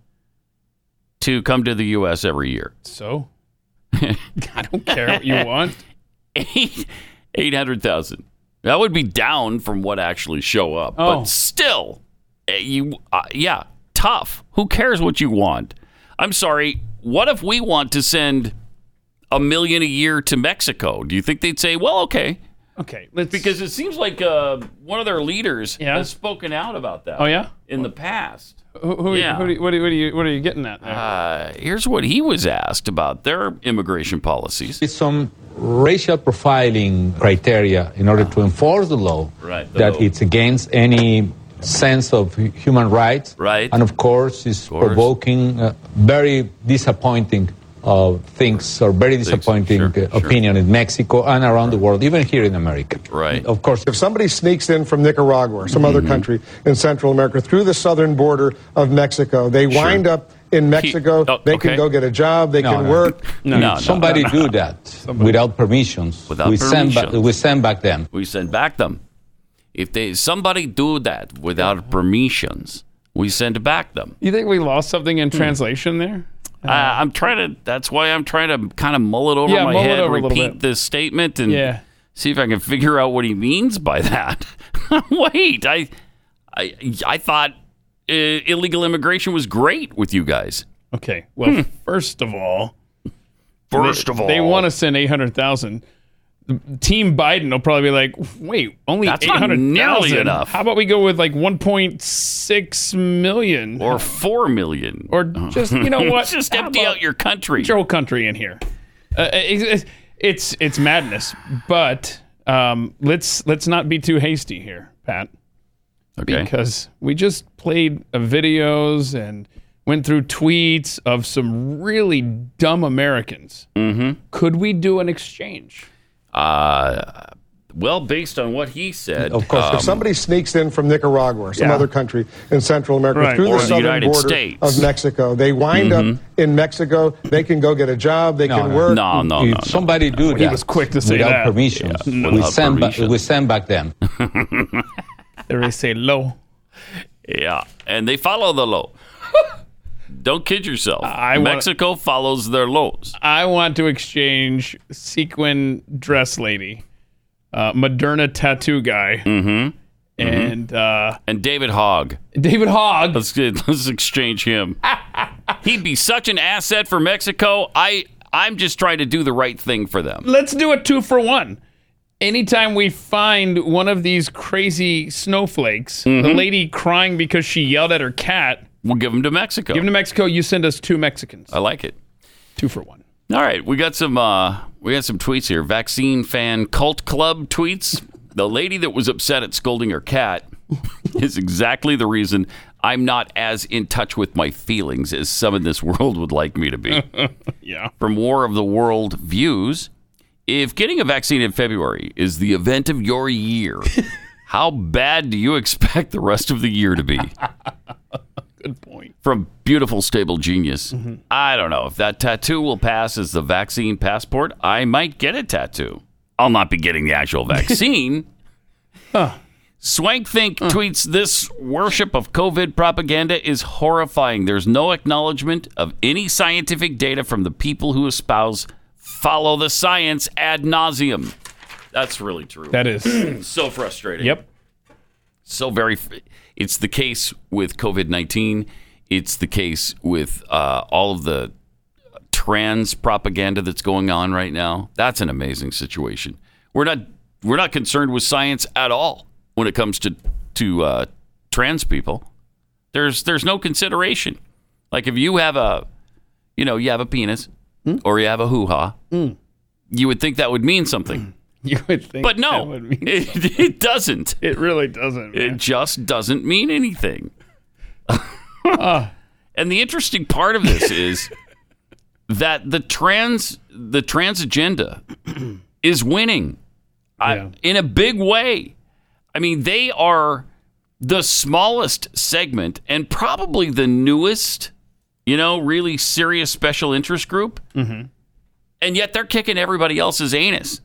Speaker 2: to come to the U.S. every year.
Speaker 3: So? I don't care what you want.
Speaker 2: Eight 800,000. That would be down from what actually show up.
Speaker 3: Oh.
Speaker 2: But still, eh, you uh, yeah, tough. Who cares what you want? I'm sorry. What if we want to send a million a year to Mexico? Do you think they'd say, "Well, okay,
Speaker 3: Okay, let's
Speaker 2: because it seems like uh, one of their leaders
Speaker 3: Yeah.
Speaker 2: has spoken out about that.
Speaker 3: Oh, yeah?
Speaker 2: in the past.
Speaker 3: who, who,
Speaker 2: Yeah.
Speaker 3: who, do you- what, do you, what, do you, what are you getting at? There?
Speaker 2: Uh, here's what he was asked about their immigration policies.
Speaker 8: with some racial profiling criteria in order to enforce the law
Speaker 2: Right, the
Speaker 8: that
Speaker 2: law.
Speaker 8: it's against any sense of hu- human rights
Speaker 2: Right.
Speaker 8: and of course it's
Speaker 2: course.
Speaker 8: provoking uh, very disappointing uh, things or very disappointing
Speaker 2: Sure,
Speaker 8: uh,
Speaker 2: sure.
Speaker 8: opinion in mexico and around the world even here in america
Speaker 2: Right.
Speaker 8: of course
Speaker 9: If somebody sneaks in from Nicaragua or some other country in Central America through the southern border of Mexico, they wind up in Mexico.
Speaker 2: oh,
Speaker 9: they
Speaker 2: okay.
Speaker 9: can go get a job. They
Speaker 8: No,
Speaker 9: can
Speaker 8: no.
Speaker 9: work.
Speaker 2: No, no,
Speaker 8: somebody do that without permissions
Speaker 2: Without
Speaker 8: we send ba-
Speaker 2: permissions.
Speaker 8: we send back them
Speaker 2: we send back them. If they somebody do that without permissions, we send back them.
Speaker 3: you think we lost something
Speaker 2: hmm.
Speaker 3: in translation there?
Speaker 2: Uh, I'm trying to. That's why I'm trying to kind of mull it over
Speaker 3: Yeah,
Speaker 2: my
Speaker 3: mull it
Speaker 2: head,
Speaker 3: over a little
Speaker 2: repeat
Speaker 3: bit.
Speaker 2: this statement, and
Speaker 3: Yeah.
Speaker 2: see if I can figure out what he means by that. Wait, I, I, I thought uh, illegal immigration was great with you guys.
Speaker 3: Okay, well,
Speaker 2: Hmm.
Speaker 3: first of all,
Speaker 2: First of all,
Speaker 3: they want to send 800,000. Team Biden will probably be like, wait, only
Speaker 2: That's not nearly
Speaker 3: 800,000?
Speaker 2: enough.
Speaker 3: How about we go with like 1.6 million?
Speaker 2: or four million,
Speaker 3: Or just, you know what?
Speaker 2: just
Speaker 3: How
Speaker 2: empty
Speaker 3: about-
Speaker 2: out your country.
Speaker 3: your whole country in here. Uh, it's, it's it's madness, but um, let's let's not be too hasty here, Pat,
Speaker 2: Okay.
Speaker 3: because we just played uh, videos and went through tweets of some really dumb Americans. Mm-hmm. Could we do an exchange?
Speaker 2: Uh, well, based on what he said,
Speaker 8: of course um,
Speaker 9: If somebody sneaks in from Nicaragua or some other country in Central America
Speaker 3: Right.
Speaker 9: through
Speaker 2: Or
Speaker 9: the
Speaker 2: the
Speaker 9: southern
Speaker 2: United
Speaker 9: border
Speaker 2: States.
Speaker 9: of Mexico, they wind up in Mexico. They can go get a job. They
Speaker 8: No,
Speaker 9: can
Speaker 8: no.
Speaker 9: work.
Speaker 2: no, Oh, no,
Speaker 8: if
Speaker 2: no, no.
Speaker 8: somebody do that
Speaker 3: was quick to say
Speaker 8: without
Speaker 3: that.
Speaker 8: permissions,
Speaker 2: Yeah,
Speaker 8: we
Speaker 2: without
Speaker 8: send ba-
Speaker 2: permission.
Speaker 8: we send back them.
Speaker 3: They always say low.
Speaker 2: Yeah, and they follow the law. Don't kid yourself.
Speaker 3: I wanna-
Speaker 2: Mexico follows their laws.
Speaker 3: I want to exchange sequin dress lady, uh, Moderna tattoo guy,
Speaker 2: Mm-hmm.
Speaker 3: and uh,
Speaker 2: And David Hogg,
Speaker 3: David Hogg.
Speaker 2: let's let's exchange him. He'd be such an asset for Mexico. I I'm just trying to do the right thing for them.
Speaker 3: let's do a two for one. Anytime we find one of these crazy snowflakes, the
Speaker 2: Mm-hmm.
Speaker 3: lady crying because she yelled at her cat,
Speaker 2: We'll give them to Mexico.
Speaker 3: give 'em to Mexico, you send us two Mexicans.
Speaker 2: I like it.
Speaker 3: two for one.
Speaker 2: All right, we got some uh, we got some tweets here. Vaccine fan cult club tweets. The lady that was upset at scolding her cat is exactly the reason I'm not as in touch with my feelings as some in this world would like me to be.
Speaker 3: Yeah.
Speaker 2: From War of the World views, if getting a vaccine in February is the event of your year, how bad do you expect the rest of the year to be?
Speaker 3: Good point. Mm-hmm.
Speaker 2: from beautiful stable genius. I don't know if that tattoo will pass as the vaccine passport. I might get a tattoo. I'll not be getting the actual vaccine. Swank Think tweets this worship of COVID propaganda is horrifying. There's no acknowledgement of any scientific data from the people who espouse follow the science ad nauseum. That's really true.
Speaker 3: That is.
Speaker 2: It's so frustrating
Speaker 3: yep.
Speaker 2: so very. It's the case with COVID nineteen. It's the case with uh, all of the trans propaganda that's going on right now. That's an amazing situation. We're not we're not concerned with science at all when it comes to to uh, trans people. There's there's no consideration. Like if you have a you know you have a penis
Speaker 3: Hmm?
Speaker 2: or you have a hoo ha, you would think that would mean something,
Speaker 3: You would think.
Speaker 2: but
Speaker 3: that
Speaker 2: no,
Speaker 3: would mean-
Speaker 2: it, it doesn't.
Speaker 3: it really doesn't.
Speaker 2: It
Speaker 3: man.
Speaker 2: just doesn't mean anything. and the interesting part of this is that the trans the trans agenda is winning I-
Speaker 3: Yeah.
Speaker 2: in a big way. I mean, they are the smallest segment and probably the newest, you know, really serious special interest group. And yet they're kicking everybody else's anus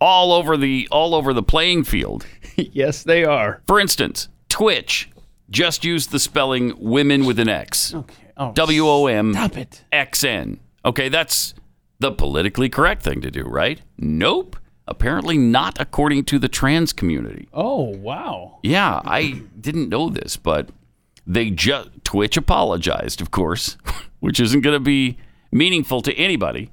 Speaker 2: all over the all over the playing field.
Speaker 3: yes, they are.
Speaker 2: For instance, Twitch just used the spelling women with an X.
Speaker 3: Oh,
Speaker 2: W O M
Speaker 3: Stop it.
Speaker 2: X N. Okay, that's the politically correct thing to do, right? Nope. Apparently, not according to the trans community.
Speaker 3: Oh wow.
Speaker 2: Yeah, I didn't know this, but they just Twitch apologized, of course, which isn't going to be meaningful to anybody.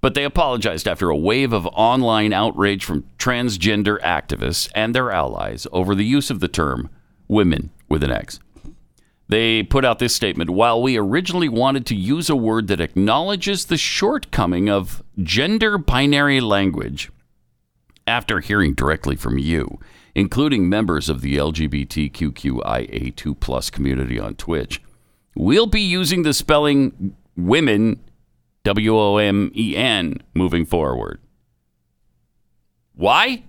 Speaker 2: But they apologized after a wave of online outrage from transgender activists and their allies over the use of the term women with an X. They put out this statement While we originally wanted to use a word that acknowledges the shortcoming of gender binary language, after hearing directly from you, including members of the LGBTQIA2 plus community on Twitch, we'll be using the spelling women, W O M E N, moving forward. Why?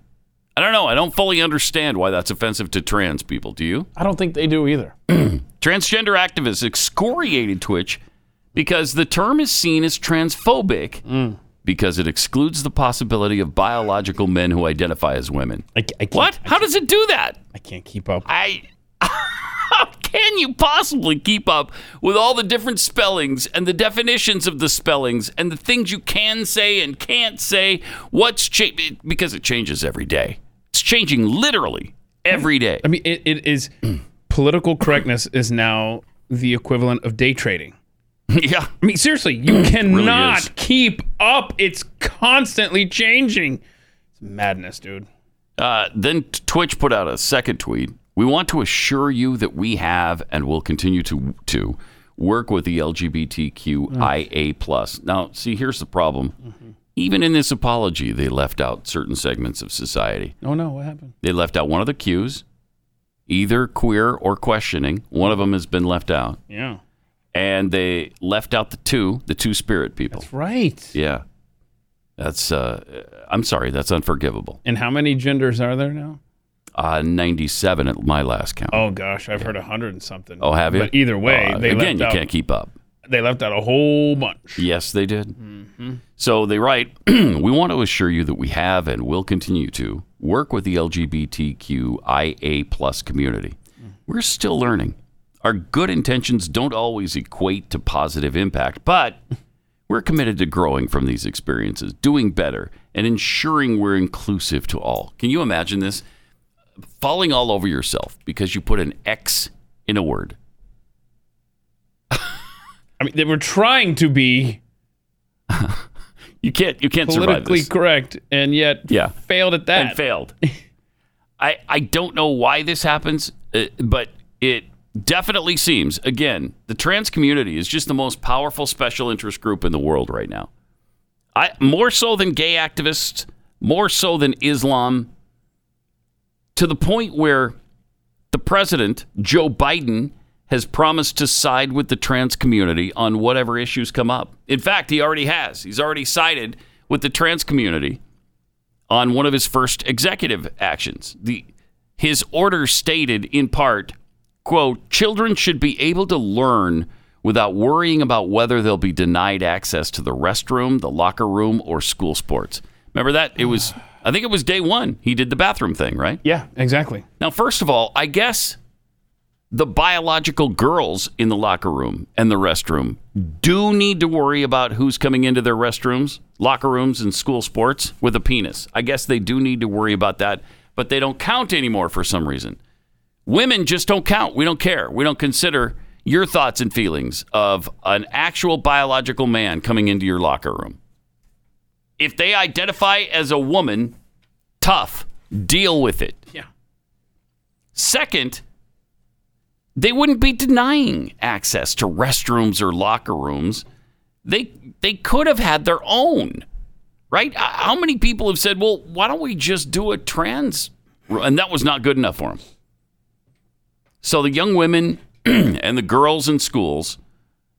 Speaker 2: I don't know. I don't fully understand why that's offensive to trans people. Do you?
Speaker 3: I don't think they do either.
Speaker 2: Transgender activists excoriated Twitch because the term is seen as transphobic because it excludes the possibility of biological men who identify as women.
Speaker 3: I, ca- I can't,
Speaker 2: What? How does it do that?
Speaker 3: I can't keep up.
Speaker 2: I. How can you possibly keep up with all the different spellings and the definitions of the spellings and the things you can say and can't say? What's changed? Because it changes every day. It's changing literally every day.
Speaker 3: I mean, it, it is political correctness is now the equivalent of day trading.
Speaker 2: yeah.
Speaker 3: I mean, seriously, you cannot
Speaker 2: is.
Speaker 3: keep up. It's constantly changing. It's madness, dude.
Speaker 2: Uh, then t- Twitch put out a second tweet. We want to assure you that we have and will continue to to work with the LGBTQIA plus. Now, see, here's the problem. Even in this apology, they left out certain segments of society.
Speaker 3: Oh no, what happened?
Speaker 2: They left out one of the cues, either queer or questioning. One of them has been left out,
Speaker 3: Yeah,
Speaker 2: and they left out the two, the two spirit people.
Speaker 3: right.
Speaker 2: Yeah, that's. Uh, I'm sorry, that's unforgivable.
Speaker 3: And how many genders are there now?
Speaker 2: Uh, 97 at my last count.
Speaker 3: Oh gosh, I've heard a hundred and something.
Speaker 2: Oh, have you?
Speaker 3: But either way,
Speaker 2: Uh,
Speaker 3: they
Speaker 2: again,
Speaker 3: left
Speaker 2: you
Speaker 3: out,
Speaker 2: can't keep up.
Speaker 3: They left out a whole bunch.
Speaker 2: Yes, they did. So they write, we want to assure you that we have and will continue to work with the LGBTQIA plus community. We're still learning. Our good intentions don't always equate to positive impact, but we're committed to growing from these experiences, doing better, and ensuring we're inclusive to all. Can you imagine this? Falling all over yourself because you put an X in a word.
Speaker 3: I mean, they were trying to be
Speaker 2: You can't you can't survive
Speaker 3: politically
Speaker 2: this.
Speaker 3: correct, and yet
Speaker 2: Yeah.
Speaker 3: failed at that.
Speaker 2: and failed. I I don't know why this happens, uh, but it definitely seems again the trans community is just the most powerful special interest group in the world right now. I more so than gay activists, more so than Islam, to the point where the president Joe Biden has promised to side with the trans community on whatever issues come up. In fact, he already has. He's already sided with the trans community on one of his first executive actions. The his order stated in part, quote, children should be able to learn without worrying about whether they'll be denied access to the restroom, the locker room, or school sports. Remember that? It was I think it was day 1 he did the bathroom thing, right?
Speaker 3: Yeah, exactly.
Speaker 2: Now, first of all, I guess the biological girls in the locker room and the restroom do need to worry about who's coming into their restrooms, locker rooms, and school sports with a penis. I guess they do need to worry about that, but they don't count anymore for some reason. Women just don't count. We don't care. We don't consider your thoughts and feelings of an actual biological man coming into your locker room. If they identify as a woman, tough, deal with it.
Speaker 3: Yeah.
Speaker 2: Second, they wouldn't be denying access to restrooms or locker rooms. They they could have had their own, right? Uh, How many people have said, "Well, why don't we just do a trans?" And that was not good enough for them. So the young women and the girls in schools,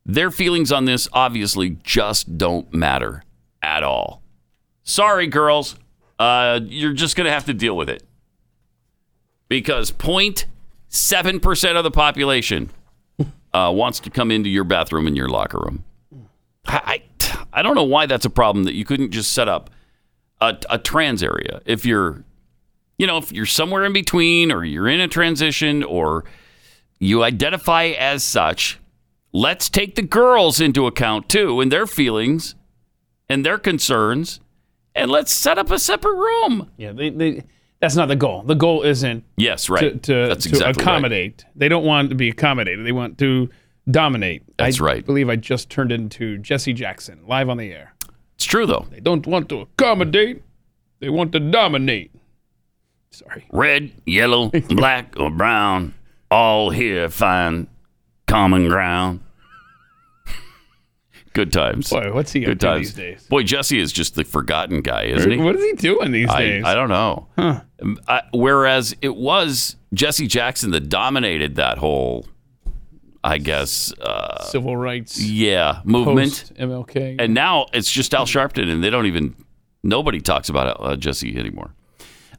Speaker 2: their feelings on this obviously just don't matter at all. Sorry, girls, uh, you're just gonna have to deal with it because 0.7% of the population uh, wants to come into your bathroom and your locker room. I, I, I don't know why that's a problem that you couldn't just set up a, a trans area if you're, you know, if you're somewhere in between or you're in a transition or you identify as such. Let's take the girls into account too and their feelings and their concerns and let's set up a separate room.
Speaker 3: Yeah, they, they, that's not the goal. The goal isn't
Speaker 2: Yes, right.
Speaker 3: to, to,
Speaker 2: That's
Speaker 3: to
Speaker 2: exactly right.
Speaker 3: accommodate. They don't want to be accommodated. They want to dominate.
Speaker 2: That's
Speaker 3: I
Speaker 2: right.
Speaker 3: believe I just turned into Jesse Jackson live on the air.
Speaker 2: It's true though.
Speaker 3: They don't want to accommodate. They want to dominate. Sorry.
Speaker 2: Red, yellow, black, or brown, all here find common ground. Good times.
Speaker 3: Boy, what's he up
Speaker 2: Good
Speaker 3: to
Speaker 2: times.
Speaker 3: these days?
Speaker 2: Boy, Jesse is just the forgotten guy, isn't he?
Speaker 3: What is he doing these
Speaker 2: I,
Speaker 3: days?
Speaker 2: I don't know. Um, I, whereas it was Jesse Jackson that dominated that whole, I guess, uh,
Speaker 3: Civil rights
Speaker 2: yeah, movement.
Speaker 3: post MLK.
Speaker 2: And now it's just Al Sharpton, and they don't even nobody talks about uh, Jesse anymore.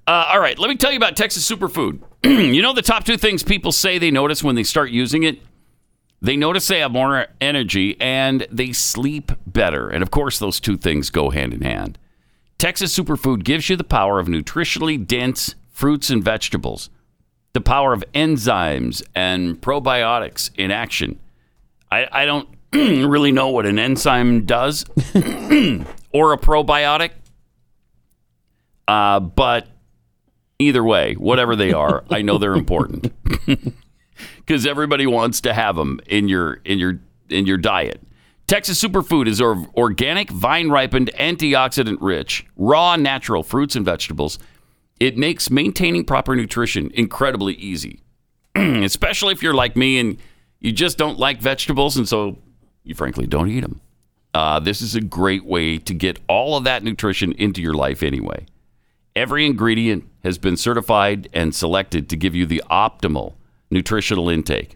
Speaker 2: Uh, all right, let me tell you about Texas Superfood. you know the top two things people say they notice when they start using it. They notice they have more energy and they sleep better. And of course, those two things go hand in hand. Texas Superfood gives you the power of nutritionally dense fruits and vegetables, the power of enzymes and probiotics in action. I, I don't really know what an enzyme does or a probiotic, uh, but either way, whatever they are, I know they're important because everybody wants to have them in your in your in your diet. Texas Superfood is or- organic, vine ripened, antioxidant rich, raw, natural fruits and vegetables. It makes maintaining proper nutrition incredibly easy especially if you're like me and you just don't like vegetables, and so you frankly don't eat them. Uh, this is a great way to get all of that nutrition into your life anyway. Every ingredient has been certified and selected to give you the optimal nutritional intake.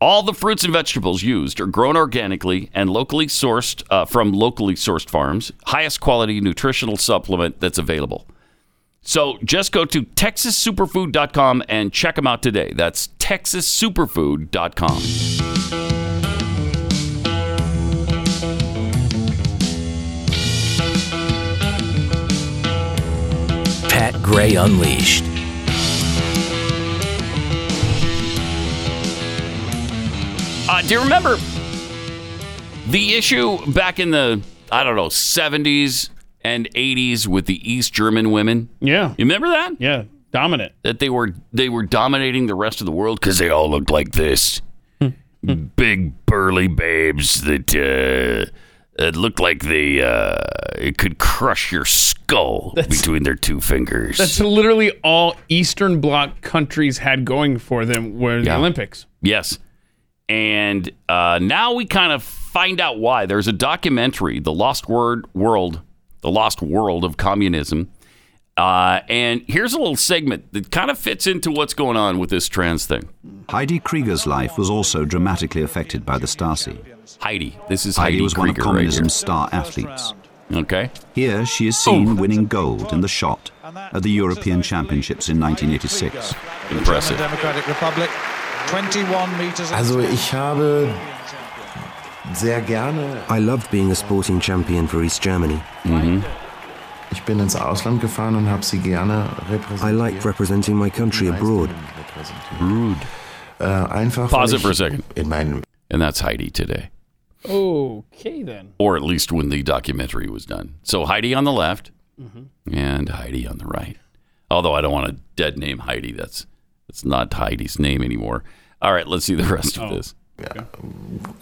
Speaker 2: All the fruits and vegetables used are grown organically and locally sourced uh, from locally sourced farms, highest quality nutritional supplement that's available. So just go to texassuperfood.com and check them out today. That's texassuperfood.com.
Speaker 6: Pat Gray Unleashed.
Speaker 2: Uh, do you remember the issue back in the, I don't know, 70s and 80s with the East German women?
Speaker 3: yeah.
Speaker 2: You remember that?
Speaker 3: Yeah. Dominant.
Speaker 2: That they were they were dominating the rest of the world because they all looked like this. Big burly babes that uh, that looked like they uh, it could crush your skull between their two fingers.
Speaker 3: That's literally all Eastern Bloc countries had going for them were the
Speaker 2: Yeah.
Speaker 3: Olympics.
Speaker 2: Yes. And uh, now we kind of find out why. There's a documentary, The Lost Word World, The Lost World of Communism. Uh, and here's a little segment that kind of fits into what's going on with this trans thing.
Speaker 10: Heidi Krieger's life was also dramatically affected by the Stasi.
Speaker 2: Heidi. This is Heidi,
Speaker 10: Heidi was one of
Speaker 2: Krieger right here.
Speaker 10: communism's star athletes.
Speaker 2: Okay.
Speaker 10: Here she is
Speaker 7: Oh.
Speaker 10: seen winning gold in the shot at the European Championships in 1986.
Speaker 2: Impressive.
Speaker 7: Also ich habe sehr gerne. I loved being a sporting champion for East Germany. Ich bin ins Ausland gefahren und habe sie gerne repräsentiert. I liked representing my country abroad. uh, einfach
Speaker 2: Pause it for a second.
Speaker 7: in meinem
Speaker 2: And that's Heidi today,
Speaker 3: Okay then.
Speaker 2: or at least when the documentary was done. So Heidi on the left and Heidi on the right. Although I don't want to dead name Heidi. That's that's not Heidi's name anymore. All right, let's see the rest of this.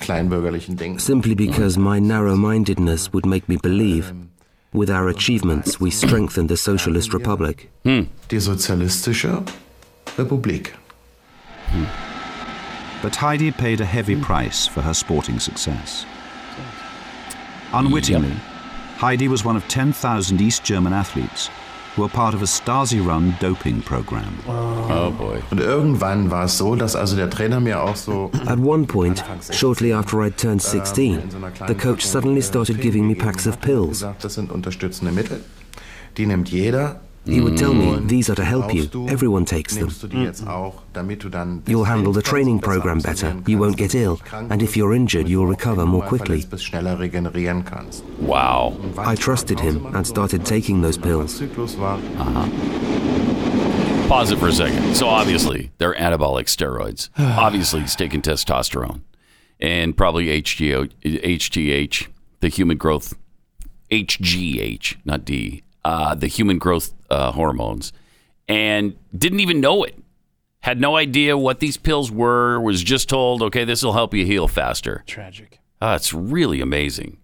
Speaker 7: kleinbürgerlichen Ding.
Speaker 11: Simply because my narrow mindedness would make me believe, with our achievements, we strengthen the Socialist Republic.
Speaker 7: Die sozialistische Republik.
Speaker 10: But Heidi paid a heavy
Speaker 7: Hmm.
Speaker 10: price for her sporting success. Unwittingly, Heidi was one of 10,000 East German athletes who were part of a Stasi run doping program.
Speaker 2: Oh boy.
Speaker 7: Und irgendwann war es so, dass also der Trainer mir auch so Ähm,
Speaker 11: At one point, shortly after I turned 16, the coach
Speaker 7: äh,
Speaker 11: suddenly started giving me packs of pills.
Speaker 7: er gesagt, das sind unterstützende Mittel. Die nimmt jeder.
Speaker 11: He would tell me, These are to help
Speaker 7: Brauchst du,
Speaker 11: you. Everyone takes them. Mm.
Speaker 7: nimmst du die jetzt auch, damit du dann
Speaker 11: You'll handle the
Speaker 7: besser
Speaker 11: training program
Speaker 7: aussehen
Speaker 11: better. You won't
Speaker 7: kannst,
Speaker 11: get ill.
Speaker 7: krank
Speaker 11: And if
Speaker 7: wirst,
Speaker 11: you're injured,
Speaker 7: damit
Speaker 11: you'll
Speaker 7: du auch,
Speaker 11: recover
Speaker 7: wenn du
Speaker 11: more
Speaker 7: mal
Speaker 11: quickly.
Speaker 7: verletzt bist, schneller regenerieren kannst.
Speaker 2: Wow.
Speaker 11: I trusted him and started taking those pills.
Speaker 7: Zyklus war
Speaker 11: Ah.
Speaker 2: Pause it for a second. So obviously they're anabolic steroids. obviously he's taking testosterone and probably HGO, HGH, the human growth HGH, not D, uh, the human growth uh, hormones, and didn't even know it. Had no idea what these pills were. Was just told, okay, this will help you heal faster.
Speaker 3: Tragic.
Speaker 2: Uh, it's really amazing.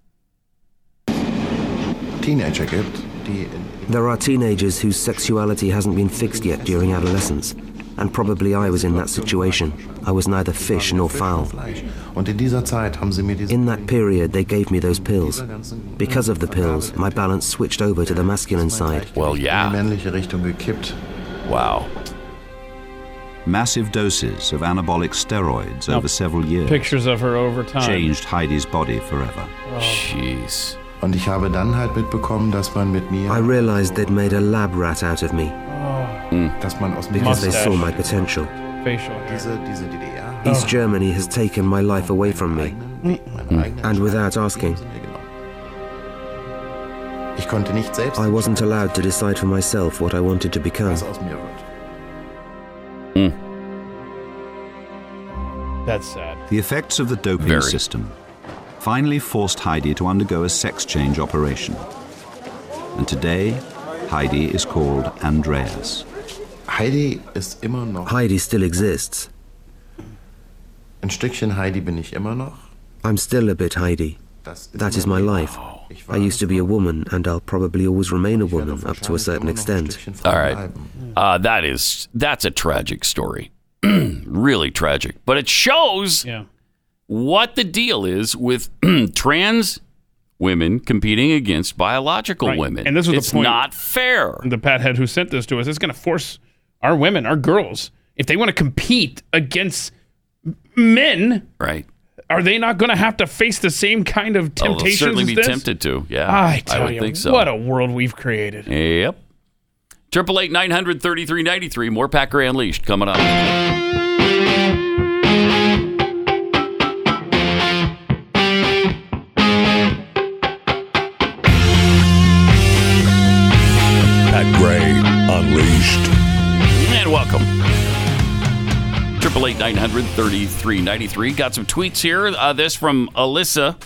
Speaker 11: Teenager There are teenagers whose sexuality hasn't been fixed yet during adolescence, and probably I was in that situation. I was neither fish nor fowl. In that period, they gave me those pills. Because of the pills, my balance switched over to the masculine side.
Speaker 2: Well, yeah. Wow.
Speaker 10: Massive doses of anabolic steroids
Speaker 3: Now,
Speaker 10: over several years
Speaker 3: Pictures of her over time.
Speaker 10: changed Heidi's body forever.
Speaker 2: Jeez.
Speaker 11: I realized they'd made a lab rat out of me. Because they saw my potential.
Speaker 3: Facial hair.
Speaker 11: East Germany has taken my life away from me, Mm. and without asking. I wasn't allowed to decide for myself what I wanted to become.
Speaker 3: That's sad.
Speaker 10: The effects of the doping system finally forced Heidi to undergo a sex change operation. And today, Heidi is called Andreas.
Speaker 7: Heidi ist immer noch.
Speaker 11: Heidi still exists.
Speaker 7: Ein Stückchen Heidi bin ich immer noch.
Speaker 11: I'm still a bit Heidi. That is my life. I used to be a woman, and I'll probably always remain a woman up to a certain extent.
Speaker 2: All right. Uh, that is that's a tragic story. really tragic. But it shows what the deal is with trans women competing against biological
Speaker 3: Right.
Speaker 2: women.
Speaker 3: And this was
Speaker 2: it's
Speaker 3: the point.
Speaker 2: not fair.
Speaker 3: The pathead who sent this to us is going to force our women, our girls, if they want to compete against men,
Speaker 2: right.
Speaker 3: are they not going to have to face the same kind of
Speaker 2: Oh, they'll
Speaker 3: temptations?
Speaker 2: certainly
Speaker 3: as
Speaker 2: be
Speaker 3: this?
Speaker 2: tempted to. Yeah.
Speaker 3: I tell
Speaker 2: would
Speaker 3: you,
Speaker 2: think so.
Speaker 3: what a world we've created.
Speaker 2: Yep. Triple eight nine hundred thirty three ninety three. More Pat Gray Unleashed coming up.
Speaker 12: Pat Gray Unleashed.
Speaker 2: And welcome. Triple eight nine hundred thirty three ninety three. Got some tweets here. Uh, this from Alyssa.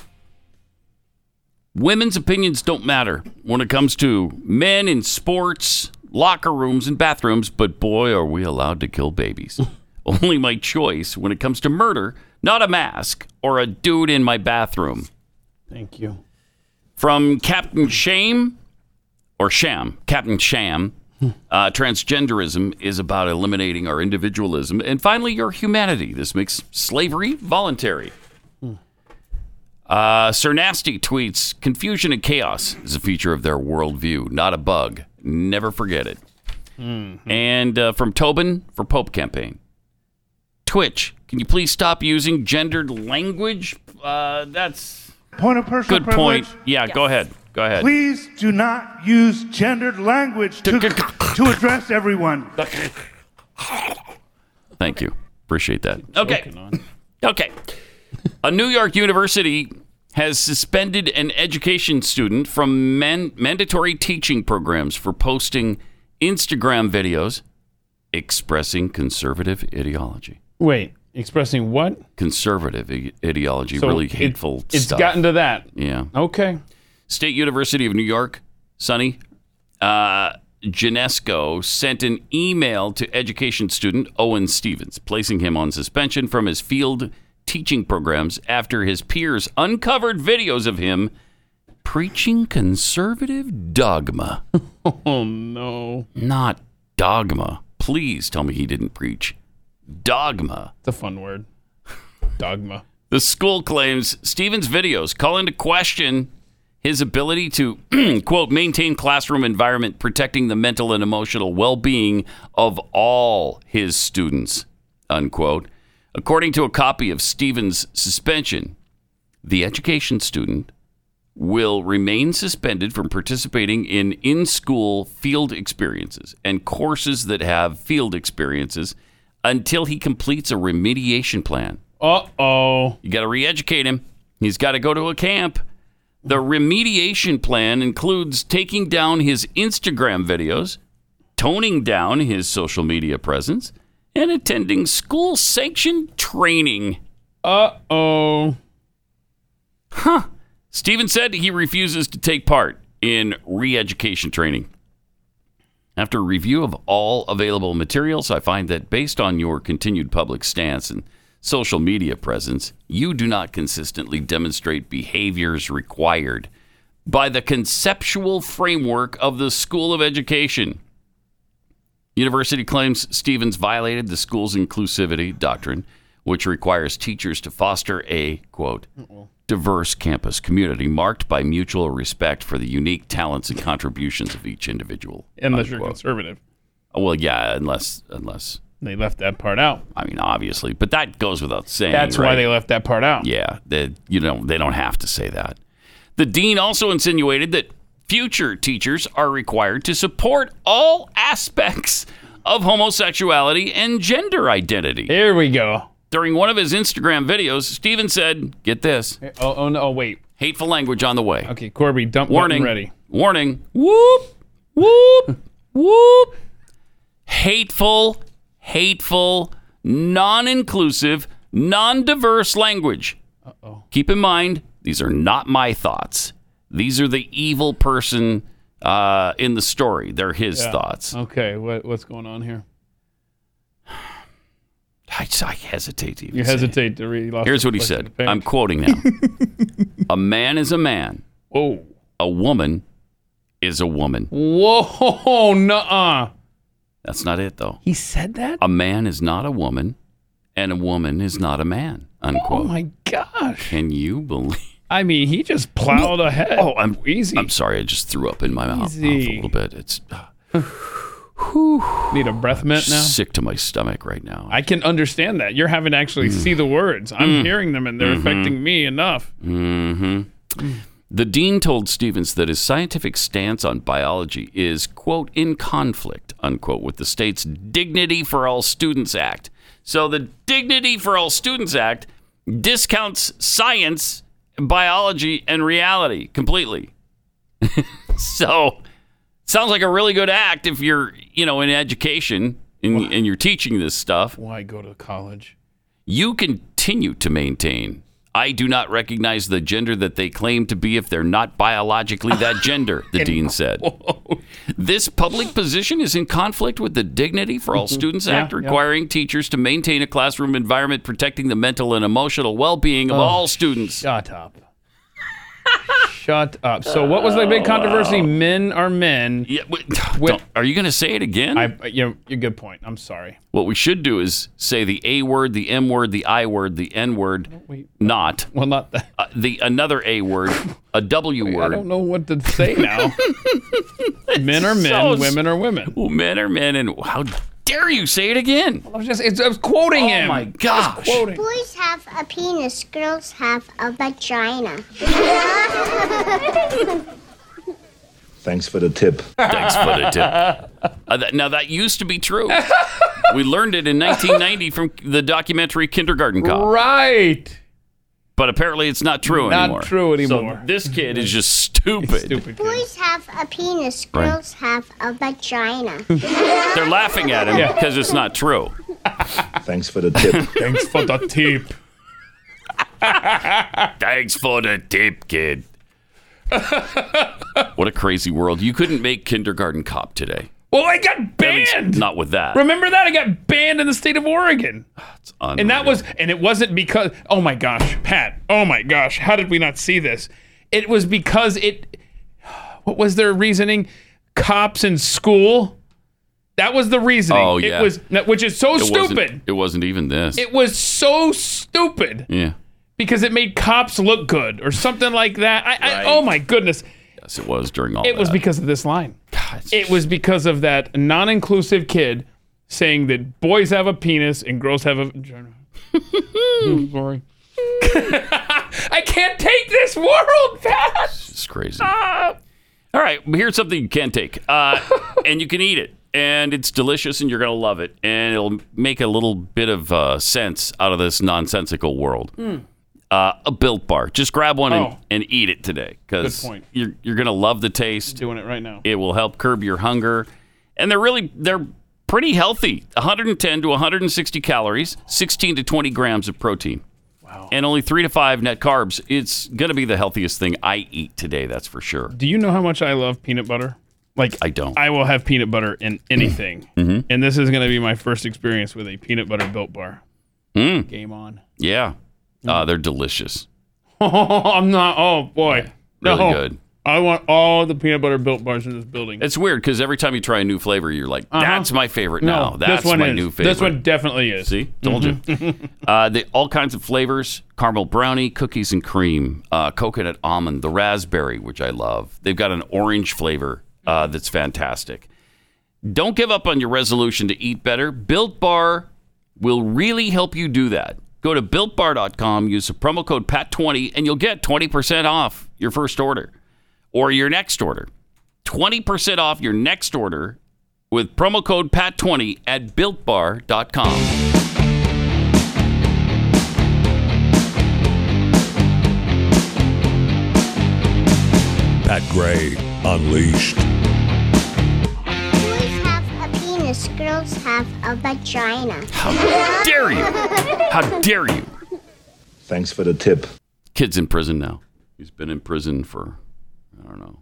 Speaker 2: Women's opinions don't matter when it comes to men in sports, locker rooms, and bathrooms. But boy, are we allowed to kill babies. Only my choice when it comes to murder, not a mask or a dude in my bathroom.
Speaker 3: Thank you.
Speaker 2: From Captain Shame or Sham, Captain Sham. Uh, transgenderism is about eliminating our individualism and finally your humanity. This makes slavery voluntary. Uh, Sir Nasty tweets Confusion and chaos is a feature of their worldview, not a bug. Never forget it. And uh, from Tobin for Pope campaign Twitch, can you please stop using gendered language? Uh, that's
Speaker 13: Point of personal
Speaker 2: good
Speaker 13: privilege.
Speaker 2: point. Yeah, go ahead. Go ahead.
Speaker 13: Please do not use gendered language to, to address everyone.
Speaker 2: Thank you. Appreciate that. Okay. Okay. A New York university has suspended an education student from man- mandatory teaching programs for posting Instagram videos expressing conservative ideology.
Speaker 3: Wait, expressing what?
Speaker 2: Conservative i- ideology,
Speaker 3: So
Speaker 2: really
Speaker 3: it-
Speaker 2: hateful
Speaker 3: It's
Speaker 2: stuff.
Speaker 3: gotten to that.
Speaker 2: yeah.
Speaker 3: Okay.
Speaker 2: State University of New York, Sonny, uh, Genesco sent an email to education student Owen Stevens, placing him on suspension from his field teaching programs after his peers uncovered videos of him preaching conservative dogma.
Speaker 3: Oh no.
Speaker 2: Not dogma. Please tell me he didn't preach dogma.
Speaker 3: It's a fun word. Dogma.
Speaker 2: The school claims Stevens' videos call into question his ability to, quote, maintain classroom environment, protecting the mental and emotional well being of all his students, unquote. According to a copy of Stevens' suspension, the education student will remain suspended from participating in in school field experiences and courses that have field experiences until he completes a remediation plan.
Speaker 3: Uh oh.
Speaker 2: You got to re educate him. He's got to go to a camp. The remediation plan includes taking down his Instagram videos, toning down his social media presence, and attending school sanctioned training.
Speaker 3: Uh oh.
Speaker 2: Huh. Stephen said he refuses to take part in re education training. After a review of all available materials, I find that based on your continued public stance and social media presence, you do not consistently demonstrate behaviors required by the conceptual framework of the School of Education. University claims Stevens violated the school's inclusivity doctrine, which requires teachers to foster a, quote, diverse campus community marked by mutual respect for the unique talents and contributions of each individual.
Speaker 3: Unless you're conservative.
Speaker 2: Well, yeah, unless, unless,
Speaker 3: They left that part out.
Speaker 2: I mean, obviously, but that goes without saying.
Speaker 3: That's why
Speaker 2: right?
Speaker 3: they left that part out.
Speaker 2: Yeah, they, you know they don't have to say that. The dean also insinuated that future teachers are required to support all aspects of homosexuality and gender identity.
Speaker 3: Here we go.
Speaker 2: During one of his Instagram videos, Steven said, "Get this."
Speaker 3: Oh, oh, no, oh wait.
Speaker 2: Hateful language on the way.
Speaker 3: Okay, Corby, dump
Speaker 2: Warning.
Speaker 3: button ready.
Speaker 2: Warning. Whoop. Whoop. whoop. Hateful, hateful, non-inclusive, non-diverse language.
Speaker 3: Uh-oh.
Speaker 2: Keep in mind, these are not my thoughts. These are the evil person uh, in the story. They're his
Speaker 3: Yeah. Uh-huh.
Speaker 2: thoughts.
Speaker 3: Okay, what, what's going on here?
Speaker 2: I, I hesitate to even
Speaker 3: You
Speaker 2: say it.
Speaker 3: hesitate to read. you lost
Speaker 2: Here's
Speaker 3: the
Speaker 2: what he
Speaker 3: place of
Speaker 2: said.
Speaker 3: the page.
Speaker 2: I'm quoting now. a man is a man.
Speaker 3: Whoa.
Speaker 2: A woman is a woman.
Speaker 3: Whoa, nuh-uh.
Speaker 2: That's not it, though.
Speaker 3: He said that?
Speaker 2: A man is not a woman, and a woman is not a man.
Speaker 3: Oh
Speaker 2: Unquote.
Speaker 3: my gosh.
Speaker 2: Can you believe?
Speaker 3: I mean, he just plowed ahead.
Speaker 2: Oh, I'm
Speaker 3: easy.
Speaker 2: I'm sorry. I just threw up in my mouth, mouth a
Speaker 3: Easy.
Speaker 2: little bit. It's
Speaker 3: Need a breath mint now?
Speaker 2: sick to my stomach right now.
Speaker 3: I can understand that. You're having to actually
Speaker 2: Hmm.
Speaker 3: see the words. I'm hearing them and they're
Speaker 2: Mm-hmm.
Speaker 3: affecting me enough.
Speaker 2: hmm The dean told Stevens that his scientific stance on biology is, quote, in conflict, unquote, with the state's Dignity for All Students Act. So the Dignity for All Students Act discounts science, biology, and reality completely. so sounds like a really good act if you're, you know, in education and, and you're teaching this stuff
Speaker 3: Why go to college?
Speaker 2: you continue to maintain I do not recognize the gender that they claim to be if they're not biologically that gender, the dean said. This public position is in conflict with the Dignity for All Students
Speaker 3: Mm-hmm. Yeah,
Speaker 2: Act,
Speaker 3: yeah.
Speaker 2: requiring teachers to maintain a classroom environment protecting the mental and emotional well being of
Speaker 3: Oh,
Speaker 2: all students.
Speaker 3: Shut up. Shut up. So what was the
Speaker 2: Oh,
Speaker 3: big controversy? Men are men.
Speaker 2: Yeah, wait, don't- are you going to say it again?
Speaker 3: I, you know, you're good point. I'm sorry.
Speaker 2: what we should do is say the A word, the M word, the I word, the N word,
Speaker 3: wait.
Speaker 2: not
Speaker 3: Well, not that.
Speaker 2: uh, the another A word, a W
Speaker 3: I
Speaker 2: word,
Speaker 3: don't know what to say now. men are men.
Speaker 2: So
Speaker 3: women are women.
Speaker 2: Ooh, men are men, and how dare you say it again?
Speaker 3: I was just, it's, I was quoting him.
Speaker 2: Oh my gosh!
Speaker 3: Oh Quoting.
Speaker 14: Boys have a penis, girls have a vagina.
Speaker 15: Thanks for the tip.
Speaker 2: Thanks for the tip. Uh, that- now that used to be true. we learned it in 1990 from the documentary Kindergarten Cop,
Speaker 3: Right.
Speaker 2: but apparently it's not true
Speaker 3: Not
Speaker 2: anymore.
Speaker 3: true anymore.
Speaker 2: So this kid is just stupid.
Speaker 3: Stupid kid.
Speaker 14: Boys have a penis,
Speaker 2: Right.
Speaker 14: girls have a vagina.
Speaker 2: They're laughing at him
Speaker 3: Yeah.
Speaker 2: because it's not true.
Speaker 15: Thanks for the tip.
Speaker 3: Thanks for the tip.
Speaker 2: Thanks for the tip, kid. what a crazy world! You couldn't make Kindergarten Cop today.
Speaker 3: Well, I got
Speaker 2: At least
Speaker 3: banned.
Speaker 2: Not with that.
Speaker 3: Remember that? I got banned in the state of Oregon. And that was, and it wasn't because, oh my gosh, Pat, oh my gosh, how did we not see this? It was because it, what was their reasoning? Cops in school? That was the reasoning.
Speaker 2: Oh, yeah.
Speaker 3: It was, which is so
Speaker 2: It wasn't-
Speaker 3: stupid.
Speaker 2: it wasn't even this.
Speaker 3: It was so stupid
Speaker 2: yeah.
Speaker 3: because it made cops look good or something like that. I, I, oh my goodness.
Speaker 2: Yes, it was during all
Speaker 3: It was
Speaker 2: that.
Speaker 3: because of this line. It was because of that non-inclusive kid saying that boys have a penis and girls have a vagina. I'm sorry. I can't take this world, Pat.
Speaker 2: It's crazy. All right, here's something you can take, uh, and you can eat it, and it's delicious, and you're gonna love it, and it'll make a little bit of uh, sense out of this nonsensical world. Uh, a built bar. Just grab one
Speaker 3: Hmm. Oh.
Speaker 2: and, and eat it today, because
Speaker 3: Good point.
Speaker 2: you're you're gonna love the taste.
Speaker 3: Doing it right now.
Speaker 2: It will help curb your hunger, and they're really they're pretty healthy. 110 to 160 calories, 16 to 20 grams of protein. and only three to five net carbs. It's going to be the healthiest thing I eat today, that's for sure.
Speaker 3: Do you know how much I love peanut butter? Like
Speaker 2: I don't.
Speaker 3: I Mm-hmm. will have peanut butter in anything,
Speaker 2: Mhm.
Speaker 3: and this is going to be my first experience with a peanut butter built bar.
Speaker 2: Mm.
Speaker 3: Game on.
Speaker 2: Yeah.
Speaker 3: Mm-hmm.
Speaker 2: Uh, they're delicious.
Speaker 3: Oh, I'm not. Oh boy,
Speaker 2: Really
Speaker 3: no.
Speaker 2: good.
Speaker 3: I want all the peanut butter built bars in this building.
Speaker 2: It's weird because every time you try a new flavor, you're like,
Speaker 3: Uh-huh.
Speaker 2: that's my favorite
Speaker 3: No,
Speaker 2: now.
Speaker 3: this
Speaker 2: That's
Speaker 3: one
Speaker 2: my
Speaker 3: is.
Speaker 2: new favorite.
Speaker 3: This one definitely is.
Speaker 2: See? Told you. uh, they, all kinds of flavors caramel brownie, cookies and cream, uh, coconut almond, the raspberry, which I love. They've got an orange flavor uh, that's fantastic. Don't give up on your resolution to eat better. Built Bar will really help you do that. Go to builtbar.com, use the promo code PAT20, and you'll get 20% off your first order or your next order. 20% off your next order with promo code PAT20 at builtbar.com.
Speaker 12: Pat Gray Unleashed.
Speaker 14: Boys have a penis, girls have a vagina.
Speaker 2: How dare you? How dare you?
Speaker 15: Thanks for the tip.
Speaker 2: Kid's in prison now. He's been in prison for, I don't know,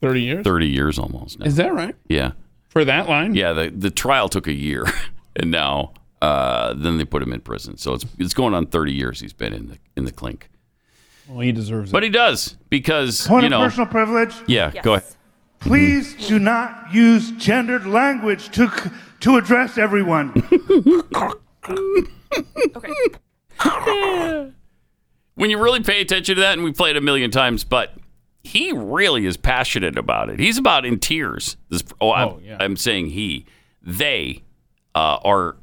Speaker 3: Thirty years.
Speaker 2: 30 years almost now.
Speaker 3: Is that right?
Speaker 2: Yeah.
Speaker 3: For that line?
Speaker 2: Yeah, the, the trial took a year, and now uh, then they put him in prison. So it's it's going on 30 years he's been in the in the clink.
Speaker 3: Well, he deserves it.
Speaker 2: But he does because
Speaker 13: Point
Speaker 2: you know.
Speaker 13: of personal privilege.
Speaker 2: yeah, go ahead.
Speaker 13: Please do not use gendered language to c- to address everyone.
Speaker 2: When you really pay attention to that, and we play it a million times, but he really is passionate about it. He's about in tears. This, oh, I'm, I'm saying he, they uh, are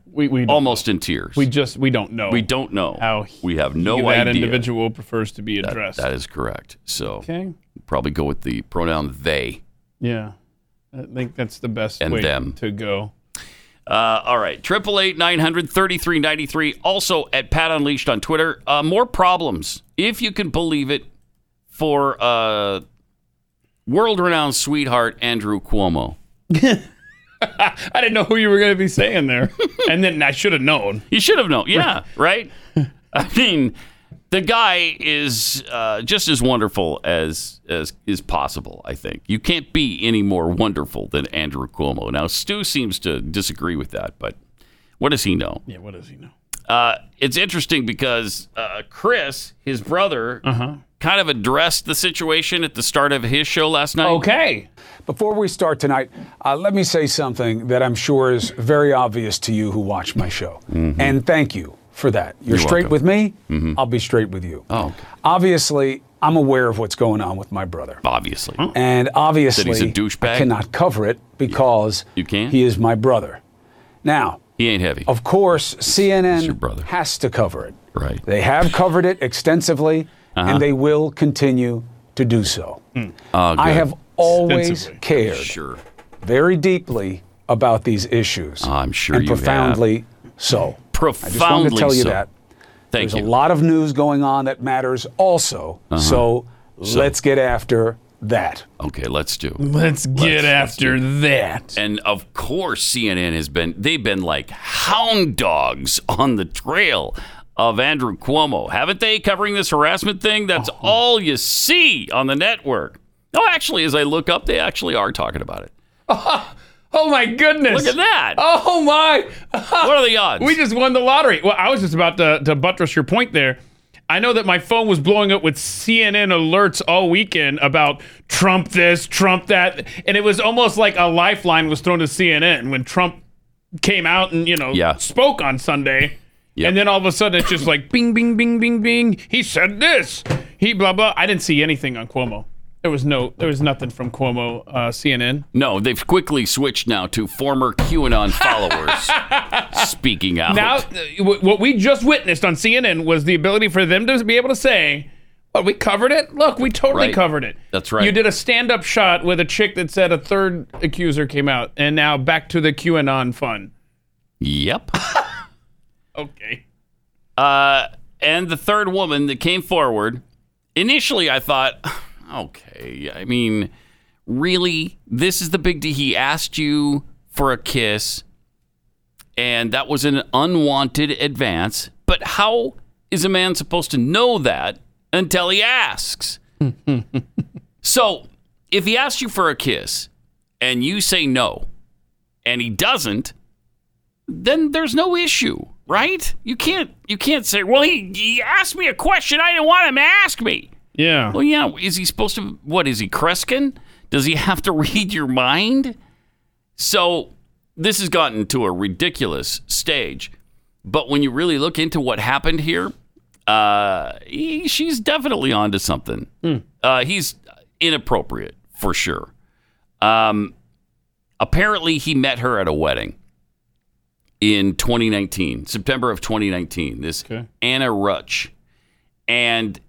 Speaker 2: almost in tears.
Speaker 3: We just we don't know.
Speaker 2: We don't know
Speaker 3: how
Speaker 2: we have no
Speaker 3: that
Speaker 2: idea.
Speaker 3: individual prefers to be
Speaker 2: That-
Speaker 3: addressed.
Speaker 2: that is correct. So
Speaker 3: Okay.
Speaker 2: probably go with the pronoun they.
Speaker 3: yeah, I think that's the best
Speaker 2: And
Speaker 3: way
Speaker 2: them.
Speaker 3: to go.
Speaker 2: Uh, all right, triple eight nine hundred thirty three ninety three. Also at Pat Unleashed on Twitter. Uh, more problems, if you can believe it, for uh, world renowned sweetheart Andrew Cuomo.
Speaker 3: I didn't know who you were going to be saying there, and then I should have known.
Speaker 2: You should have known. Yeah, right. I mean, the guy is uh, just as wonderful as as is possible. I think you can't be any more wonderful than Andrew Cuomo. Now, Stu seems to disagree with that, but what does he know?
Speaker 3: Yeah, what does he know?
Speaker 2: Uh, it's interesting because uh, Chris, his brother,
Speaker 3: Uh-huh.
Speaker 2: kind of addressed the situation at the start of his show last night.
Speaker 3: Oh.
Speaker 16: Okay. Before we start tonight, uh, let me say something that I'm sure is very obvious to you who watch my show.
Speaker 2: Mm-hmm.
Speaker 16: And thank you for that. You're,
Speaker 17: You're
Speaker 16: straight
Speaker 17: welcome.
Speaker 16: with me,
Speaker 17: Mhm.
Speaker 16: I'll be straight with you. Oh. Obviously, I'm aware of what's going on with my brother.
Speaker 2: Obviously.
Speaker 16: And obviously,
Speaker 2: That he's a douchebag?
Speaker 16: I cannot cover it because
Speaker 2: You can't?
Speaker 16: he is my brother. Now,
Speaker 2: He ain't heavy.
Speaker 3: Oh,
Speaker 16: of course, CNN has to cover it.
Speaker 2: Right.
Speaker 16: They have covered it extensively,
Speaker 2: Uh-huh.
Speaker 16: and they will continue to do so.
Speaker 2: Uh,
Speaker 16: I
Speaker 2: good.
Speaker 16: have always
Speaker 2: Extensively.
Speaker 16: cared
Speaker 2: Sure.
Speaker 16: very deeply about these issues. I'm
Speaker 2: Ah, sure
Speaker 16: and
Speaker 2: you have.
Speaker 16: profoundly so. I just wanted to
Speaker 2: Profoundly
Speaker 16: tell you
Speaker 2: so.
Speaker 16: that.
Speaker 2: Thank
Speaker 16: There's
Speaker 2: you.
Speaker 16: a lot of news going on that matters also.
Speaker 2: Uh-huh.
Speaker 16: So,
Speaker 2: So.
Speaker 16: let's get after that.
Speaker 2: Okay, let's do.
Speaker 3: Let's get after that.
Speaker 2: And of course, CNN has been, they've been like hound dogs on the trail of Andrew Cuomo, haven't they? Covering this harassment thing? That's
Speaker 3: Oh.
Speaker 2: all you see on the network. No, actually, as I look up, they actually are talking about it.
Speaker 3: Oh my goodness!
Speaker 2: Look at that.
Speaker 3: Oh my!
Speaker 2: what are the odds?
Speaker 3: We just won the lottery. Well, I was just about to, to buttress your point there. I know that my phone was blowing up with CNN alerts all weekend about Trump this, Trump that, and it was almost like a lifeline was thrown to CNN when Trump came out and you know
Speaker 2: Yeah.
Speaker 3: spoke on Sunday. And then all of a sudden it's just like bing, bing, bing, bing, bing. He said this. He blah blah. I didn't see anything on Cuomo. There was no, there was nothing from Cuomo uh, CNN.
Speaker 2: No, they've quickly switched now to former QAnon followers speaking out.
Speaker 3: Now, uh, w- what we just witnessed on CNN was the ability for them to be able to say, "Well, we covered it. Look, we totally
Speaker 2: Right.
Speaker 3: covered it."
Speaker 2: That's right.
Speaker 3: You did a stand-up shot with a chick that said a third accuser came out, and now back to the QAnon fun.
Speaker 2: Yep.
Speaker 3: okay.
Speaker 2: Uh, and the third woman that came forward, initially I thought, okay, I mean, really? This is the big D. He asked you for a kiss, and that was an unwanted advance. But how is a man supposed to know that until he asks? so if he asks you for a kiss and you say no and he doesn't, then there's no issue, right? You can't you can't say, well, he, he asked me a question I didn't want him to ask me.
Speaker 3: Yeah.
Speaker 2: Well, yeah. Is he supposed to? What is he Kreskin? Does he have to read your mind? So this has gotten to a ridiculous stage. But when you really look into what happened here, uh, he, she's definitely onto something. Uh, he's inappropriate for sure. Um, apparently, he met her at a wedding in 2019, September of 2019. This Anna Rutsch, and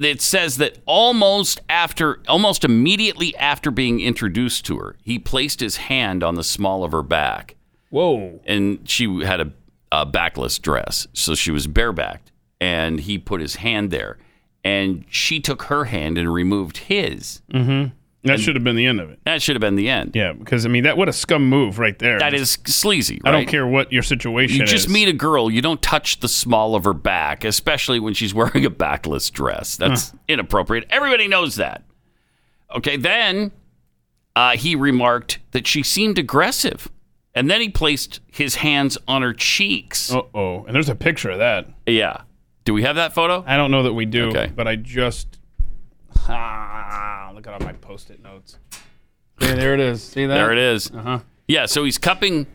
Speaker 2: it says that almost after, almost immediately after being introduced to her, he placed his hand on the small of her back.
Speaker 3: Whoa!
Speaker 2: And she had a, a backless dress, so she was barebacked, and he put his hand there, and she took her hand and removed his.
Speaker 3: Mm-hmm. That should have been the end of it.
Speaker 2: That should have been the end.
Speaker 3: Yeah, because I mean that what a scum move right there.
Speaker 2: That is sleazy.
Speaker 3: I don't
Speaker 2: right?
Speaker 3: care what your situation
Speaker 2: You just
Speaker 3: is.
Speaker 2: meet a girl, you don't touch the small of her back, especially when she's wearing a backless dress. That's
Speaker 3: Huh.
Speaker 2: inappropriate. Everybody knows that. Okay, then uh, he remarked that she seemed aggressive. And then he placed his hands on her cheeks.
Speaker 3: Uh oh. And there's a picture of that.
Speaker 2: Yeah. Do we have that photo?
Speaker 3: I don't know that we do, but I just ah, look at all my post-it notes. Yeah, there it is. See that?
Speaker 2: There it is.
Speaker 3: Uh-huh.
Speaker 2: Yeah, so he's cupping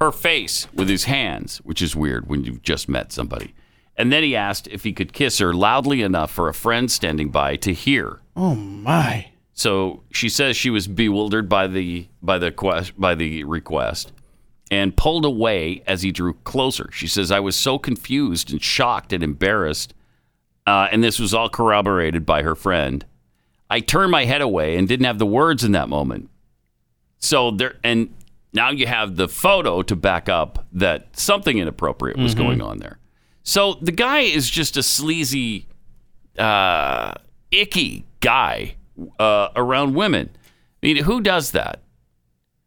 Speaker 2: her face with his hands, which is weird when you've just met somebody. And then he asked if he could kiss her loudly enough for a friend standing by to hear.
Speaker 3: Oh my.
Speaker 2: So she says she was bewildered by the by the quest, by the request and pulled away as he drew closer. She says I was so confused and shocked and embarrassed. Uh, and this was all corroborated by her friend. I turned my head away and didn't have the words in that moment. So there and now you have the photo to back up that something inappropriate was
Speaker 17: Mhm.
Speaker 3: Mm-hmm.
Speaker 2: going on there. So the guy is just a sleazy uh, icky guy uh, around women. I mean, who does that?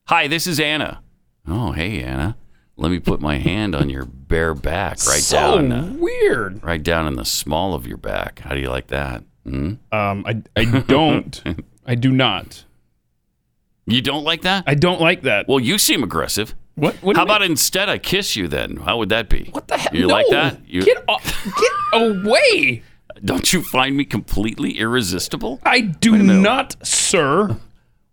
Speaker 2: Hi, this is Anna. Oh, hey, Anna. Let me put my hand on your bare back, right
Speaker 3: so
Speaker 2: down, uh,
Speaker 3: weird.
Speaker 2: right down in the small of your back. How do you like that? Hmm?
Speaker 3: Um, I I don't. I do not.
Speaker 2: You don't like that?
Speaker 3: I don't like that.
Speaker 2: Well, you seem aggressive.
Speaker 3: What?
Speaker 2: How about instead I kiss you then? How would that be? What the hell? You
Speaker 3: No.
Speaker 2: like that? You,
Speaker 3: Get off. Get away.
Speaker 2: don't you find me completely irresistible?
Speaker 3: I do not, sir.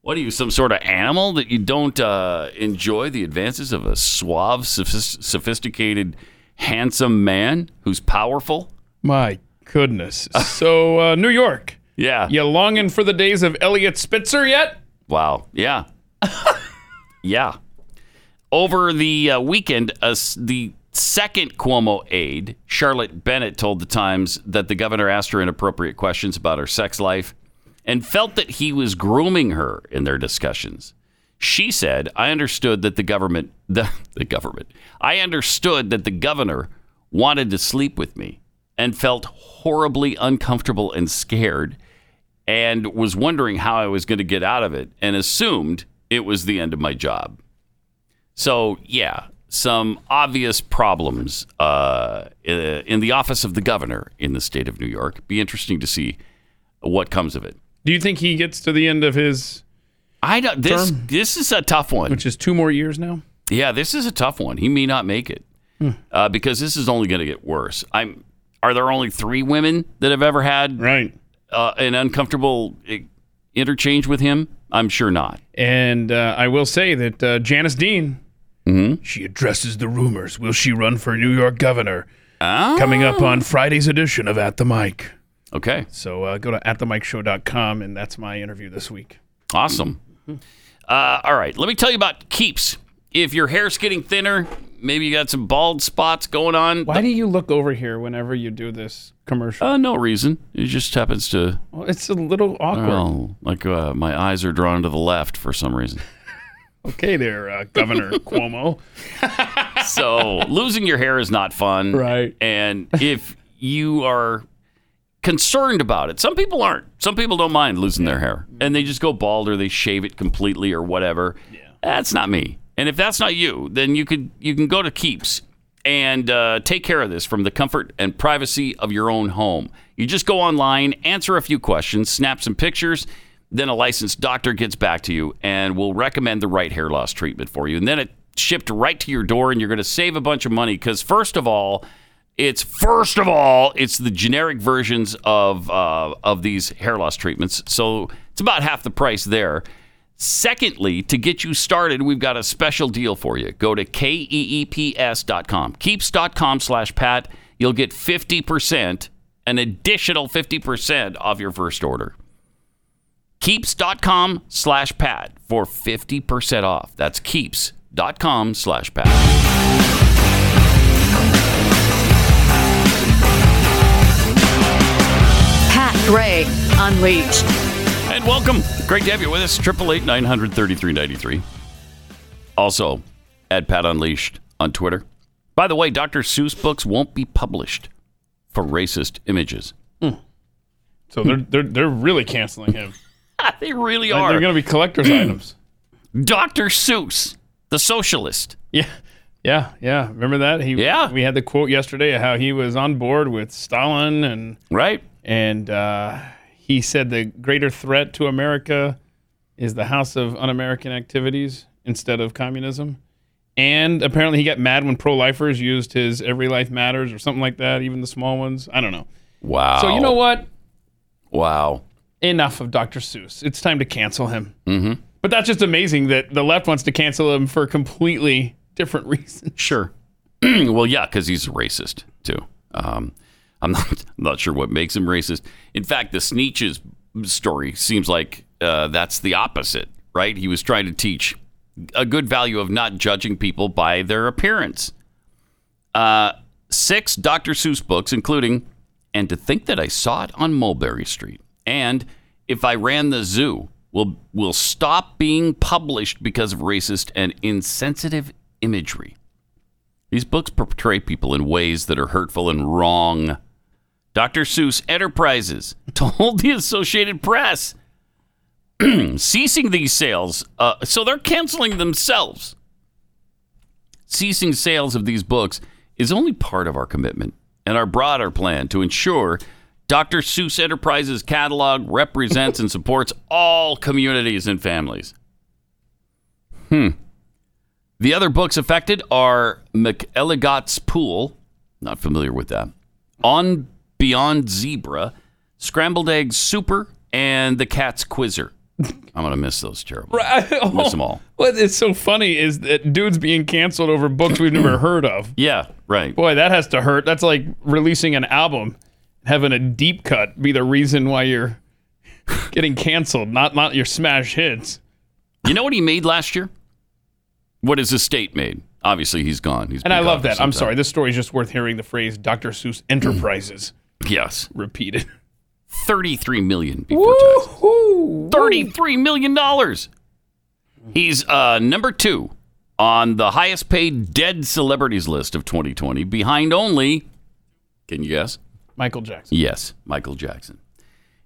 Speaker 2: What are you, some sort of animal that you don't uh, enjoy the advances of a suave, sophis- sophisticated, handsome man who's powerful?
Speaker 3: My goodness. So uh, New York.
Speaker 2: Yeah.
Speaker 3: You longing for the days of Elliot Spitzer yet?
Speaker 2: Wow. Yeah. yeah. Over the uh, weekend, uh, s- the second Cuomo aide, Charlotte Bennett, told the Times that the governor asked her inappropriate questions about her sex life and felt that he was grooming her in their discussions. She said, "I understood that the government, the, the government, I understood that the governor wanted to sleep with me and felt horribly uncomfortable and scared." and was wondering how I was going to get out of it and assumed it was the end of my job. So, yeah, some obvious problems uh, in the office of the governor in the state of New York. Be interesting to see what comes of it.
Speaker 3: Do you think he gets to the end of his?
Speaker 2: I don't. This
Speaker 3: Term?
Speaker 2: this is a tough one.
Speaker 3: Which is two more years now.
Speaker 2: Yeah, this is a tough one. He may not make it
Speaker 3: Hmm.
Speaker 2: uh, because this is only going to get worse. I'm. Are there only three women that have ever had
Speaker 3: right
Speaker 2: uh, an uncomfortable eh, interchange with him? I'm sure not.
Speaker 3: And uh, I will say that uh, Janice Dean,
Speaker 2: Mm-hmm.
Speaker 3: she addresses the rumors. Will she run for New York governor? Coming up
Speaker 2: Ah.
Speaker 3: on Friday's edition of At the Mic.
Speaker 2: Okay.
Speaker 3: So uh, go to atthemicshow.com, and that's my interview this week.
Speaker 2: Awesome. Uh, all right, let me tell you about Keeps. If your hair's getting thinner, maybe you got some bald spots going on.
Speaker 3: Why do you look over here whenever you do this commercial?
Speaker 2: Uh, no reason. It just happens to.
Speaker 3: Well, it's a little awkward.
Speaker 2: Well, like uh, my eyes are drawn to the left for some reason.
Speaker 3: Okay, there, uh, Governor Cuomo.
Speaker 2: so losing your hair is not fun.
Speaker 3: Right.
Speaker 2: And if you are concerned about it, some people aren't. Some people don't mind losing their hair and they just go bald or they shave it completely or whatever. That's not me. And if that's not you, then you could you can go to Keeps and uh, take care of this from the comfort and privacy of your own home. You just go online, answer a few questions, snap some pictures, then a licensed doctor gets back to you and will recommend the right hair loss treatment for you. And then it shipped right to your door, and you're going to save a bunch of money because, first of all, it's first of all, it's the generic versions of uh, of these hair loss treatments, so it's about half the price there. Secondly, to get you started, we've got a special deal for you. Go to E keeps.com, keeps.com slash pat. You'll get 50%, an additional 50% off your first order. Keeps.com slash pat for 50% off. That's keeps.com slash pat.
Speaker 17: Pat Gray Unleashed.
Speaker 2: And welcome. Great to have you with us. 888 933 Also, at Pat Unleashed on Twitter. By the way, Dr. Seuss books won't be published for racist images.
Speaker 3: So they're they're they're really canceling him.
Speaker 2: they really
Speaker 3: Like,
Speaker 2: are.
Speaker 3: They're going to be collector's items.
Speaker 2: Dr. Seuss, the socialist.
Speaker 3: Yeah. Yeah, yeah. Remember that? He, yeah. We had the quote yesterday of how he was on board with Stalin and
Speaker 2: right.
Speaker 3: And uh, he said the greater threat to America is the House of Un-American Activities instead of communism. And apparently, he got mad when pro-lifers used his "Every Life Matters" or something like that, even the small ones. I don't know.
Speaker 2: Wow.
Speaker 3: So you know what?
Speaker 2: Wow.
Speaker 3: Enough of Dr. Seuss. It's time to cancel him.
Speaker 2: Mm-hmm.
Speaker 3: But that's just amazing that the left wants to cancel him for completely different reasons.
Speaker 2: Sure. well, yeah, because he's racist too. Um, I'm not I'm not sure what makes him racist. In fact, the Sneetch's story seems like uh, that's the opposite, right? He was trying to teach a good value of not judging people by their appearance. Uh, six Dr. Seuss books, including "And to Think That I Saw It on Mulberry Street" and "If I Ran the Zoo," will will stop being published because of racist and insensitive imagery. These books portray people in ways that are hurtful and wrong. Dr. Seuss Enterprises told the Associated Press ceasing these sales, uh, so they're canceling themselves. Ceasing sales of these books is only part of our commitment and our broader plan to ensure Dr. Seuss Enterprises catalog represents and supports all communities and families. Hmm. The other books affected are McElligott's Pool, not familiar with that, On Beyond Zebra, Scrambled Eggs Super, and The Cat's Quizzer. I'm going to miss those terrible. Miss them all.
Speaker 3: What is so funny is that dudes being canceled over books we've never heard of.
Speaker 2: Yeah, right.
Speaker 3: Boy, that has to hurt. That's like releasing an album, having a deep cut be the reason why you're getting canceled, not not your smash hits.
Speaker 2: You know what he made last year? What has his state made? Obviously, he's gone. He's
Speaker 3: And
Speaker 2: been
Speaker 3: I love
Speaker 2: gone for
Speaker 3: that.
Speaker 2: some
Speaker 3: I'm
Speaker 2: time.
Speaker 3: sorry. This story is just worth hearing the phrase Dr. Seuss Enterprises
Speaker 2: Yes.
Speaker 3: repeated.
Speaker 2: 33 million before taxes. 33 million dollars. He's uh, number 2 on the highest paid dead celebrities list of 2020 behind only Can you guess?
Speaker 3: Michael Jackson.
Speaker 2: Yes, Michael Jackson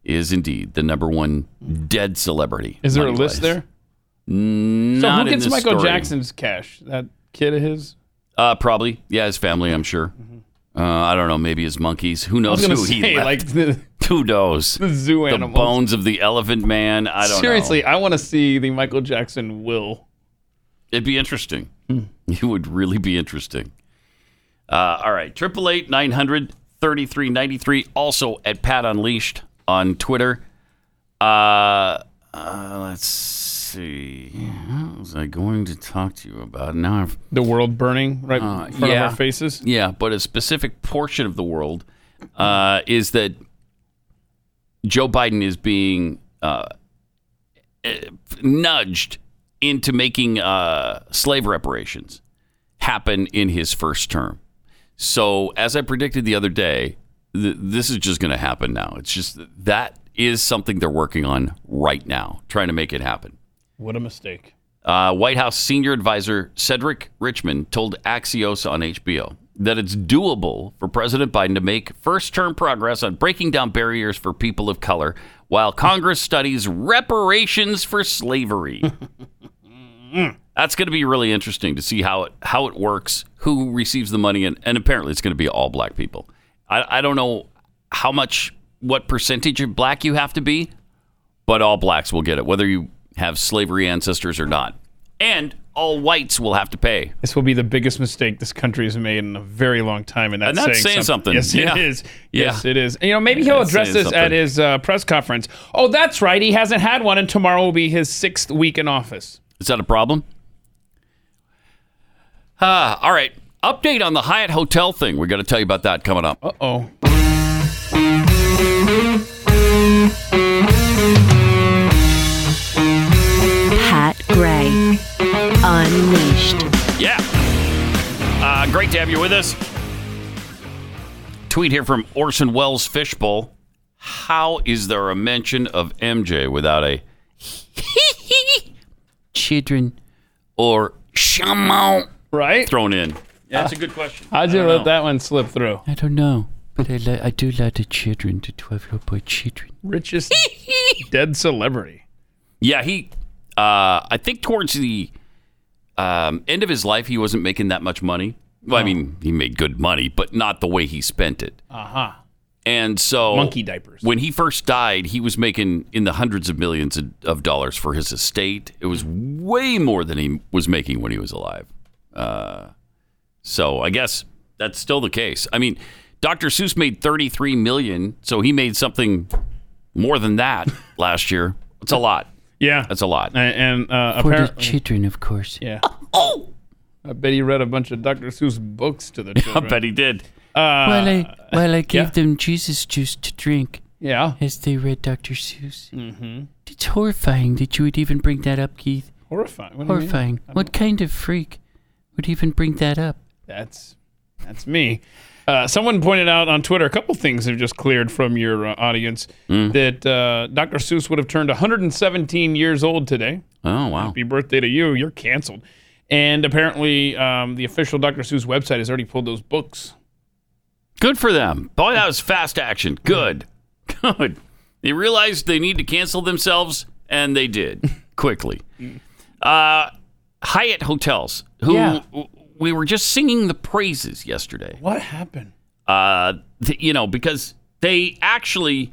Speaker 2: is indeed the number 1 dead celebrity.
Speaker 3: Is there a list there? So
Speaker 2: Not
Speaker 3: who
Speaker 2: in
Speaker 3: gets
Speaker 2: this
Speaker 3: Michael
Speaker 2: story.
Speaker 3: Jackson's cash? That kid of his?
Speaker 2: Uh, probably. Yeah, his family, I'm sure. Uh, I don't know. Maybe his monkeys. Who
Speaker 3: Mm-hmm. I was
Speaker 2: knows
Speaker 3: gonna
Speaker 2: Oh, who he
Speaker 3: say,
Speaker 2: left?
Speaker 3: like, the-
Speaker 2: who knows?
Speaker 3: the zoo
Speaker 2: the
Speaker 3: animals.
Speaker 2: bones of the elephant man. I don't
Speaker 3: Seriously, I want to see the Michael Jackson will.
Speaker 2: know. It'd be interesting. It would really be interesting. Uh, all right. Triple eight nine hundred thirty three ninety three. Also at Pat Unleashed on Twitter. Uh, uh, let's see. What was I going to talk to you about? Now I've
Speaker 3: The world burning right in front of our faces.
Speaker 2: Uh, Yeah, but a specific portion of the world uh, is that Joe Biden is being uh, eh, nudged into making uh, slave reparations happen in his first term. So, as I predicted the other day, th- this is just going to happen now. It's just that is something they're working on right now, trying to make it happen.
Speaker 3: What a mistake.
Speaker 2: Uh, White House senior advisor Cedric Richmond told Axios on HBO that it's doable for President Biden to make first term progress on breaking down barriers for people of color while Congress studies reparations for slavery. That's going to be really interesting to see how it how it works, who receives the money, and, and apparently it's going to be all black people. I, I don't know how much, what percentage of black you have to be, but all blacks will get it, whether you have slavery ancestors or not. And all whites will have to pay.
Speaker 3: This will be the biggest mistake this country has made in a very long time, and that's,
Speaker 2: And that's saying something.
Speaker 3: Yes,
Speaker 2: Yeah.
Speaker 3: it is.
Speaker 2: Yeah.
Speaker 3: Yes, it is. And, you know, maybe he'll
Speaker 2: That's
Speaker 3: address
Speaker 2: saying
Speaker 3: this at
Speaker 2: something.
Speaker 3: his uh, press conference. Oh, that's right. He hasn't had one, and tomorrow will be his sixth week in office.
Speaker 2: Is that a problem? Ah, all right. Update on the Hyatt Hotel thing. We're going to tell you about that coming up.
Speaker 3: Uh oh.
Speaker 17: Pat Gray Unleashed.
Speaker 2: Yeah. Uh, great to have you with us. Tweet here from Orson Welles Fishbowl. How is there a mention of MJ without a children or shaman
Speaker 3: right
Speaker 2: thrown in?
Speaker 3: Yeah,
Speaker 2: that's a good question.
Speaker 3: How'd you
Speaker 2: I don't
Speaker 3: let
Speaker 2: know.
Speaker 3: that one slip through?
Speaker 2: I don't know, but I, li- I do like the children, the 12 year old boy children.
Speaker 3: Richest dead celebrity.
Speaker 2: Yeah, he. Uh, I think towards the um, end of his life, he wasn't making that much money. Well, I mean, he made good money, but not the way he spent it.
Speaker 3: Uh huh.
Speaker 2: And so,
Speaker 3: Monkey diapers.
Speaker 2: When he first died, he was making in the hundreds of millions of- of dollars for his estate. It was way more than he was making when he was alive. Uh, so I guess that's still the case. I mean, Dr. Seuss made 33 million, so he made something more than that last year. It's a lot.
Speaker 3: Yeah,
Speaker 2: that's a lot.
Speaker 3: And, and uh,
Speaker 2: For the
Speaker 3: apparently,
Speaker 2: children, of course.
Speaker 3: Yeah. I bet he read a bunch of Dr. Seuss books to the
Speaker 2: Oh! I
Speaker 3: children.
Speaker 2: bet he did.
Speaker 3: Uh,
Speaker 18: Well, I, well, I gave
Speaker 3: yeah.
Speaker 18: them Jesus juice to drink.
Speaker 3: Yeah.
Speaker 18: As they read Dr. Seuss. Mm-hmm. It's
Speaker 2: horrifying
Speaker 18: that you would even bring that up, Keith.
Speaker 3: Horrifying? What do you mean?
Speaker 18: horrifying.
Speaker 3: I
Speaker 18: What kind of freak would even bring that up?
Speaker 3: That's that's me. Uh, someone pointed out on Twitter a couple things have just cleared from your uh, audience
Speaker 18: Mm.
Speaker 3: that uh, Dr. Seuss would have turned 117 years old today.
Speaker 2: Oh wow!
Speaker 3: Happy birthday to you! You're canceled. And apparently, um, the official Dr. Seuss website has already pulled those books.
Speaker 2: Good for them. Boy, that was fast action. Good. Good. They realized they need to cancel themselves, and they did quickly. Uh, Hyatt Hotels, who
Speaker 3: Yeah.
Speaker 2: we were just singing the praises yesterday.
Speaker 3: What happened?
Speaker 2: Uh, th- you know, because they actually,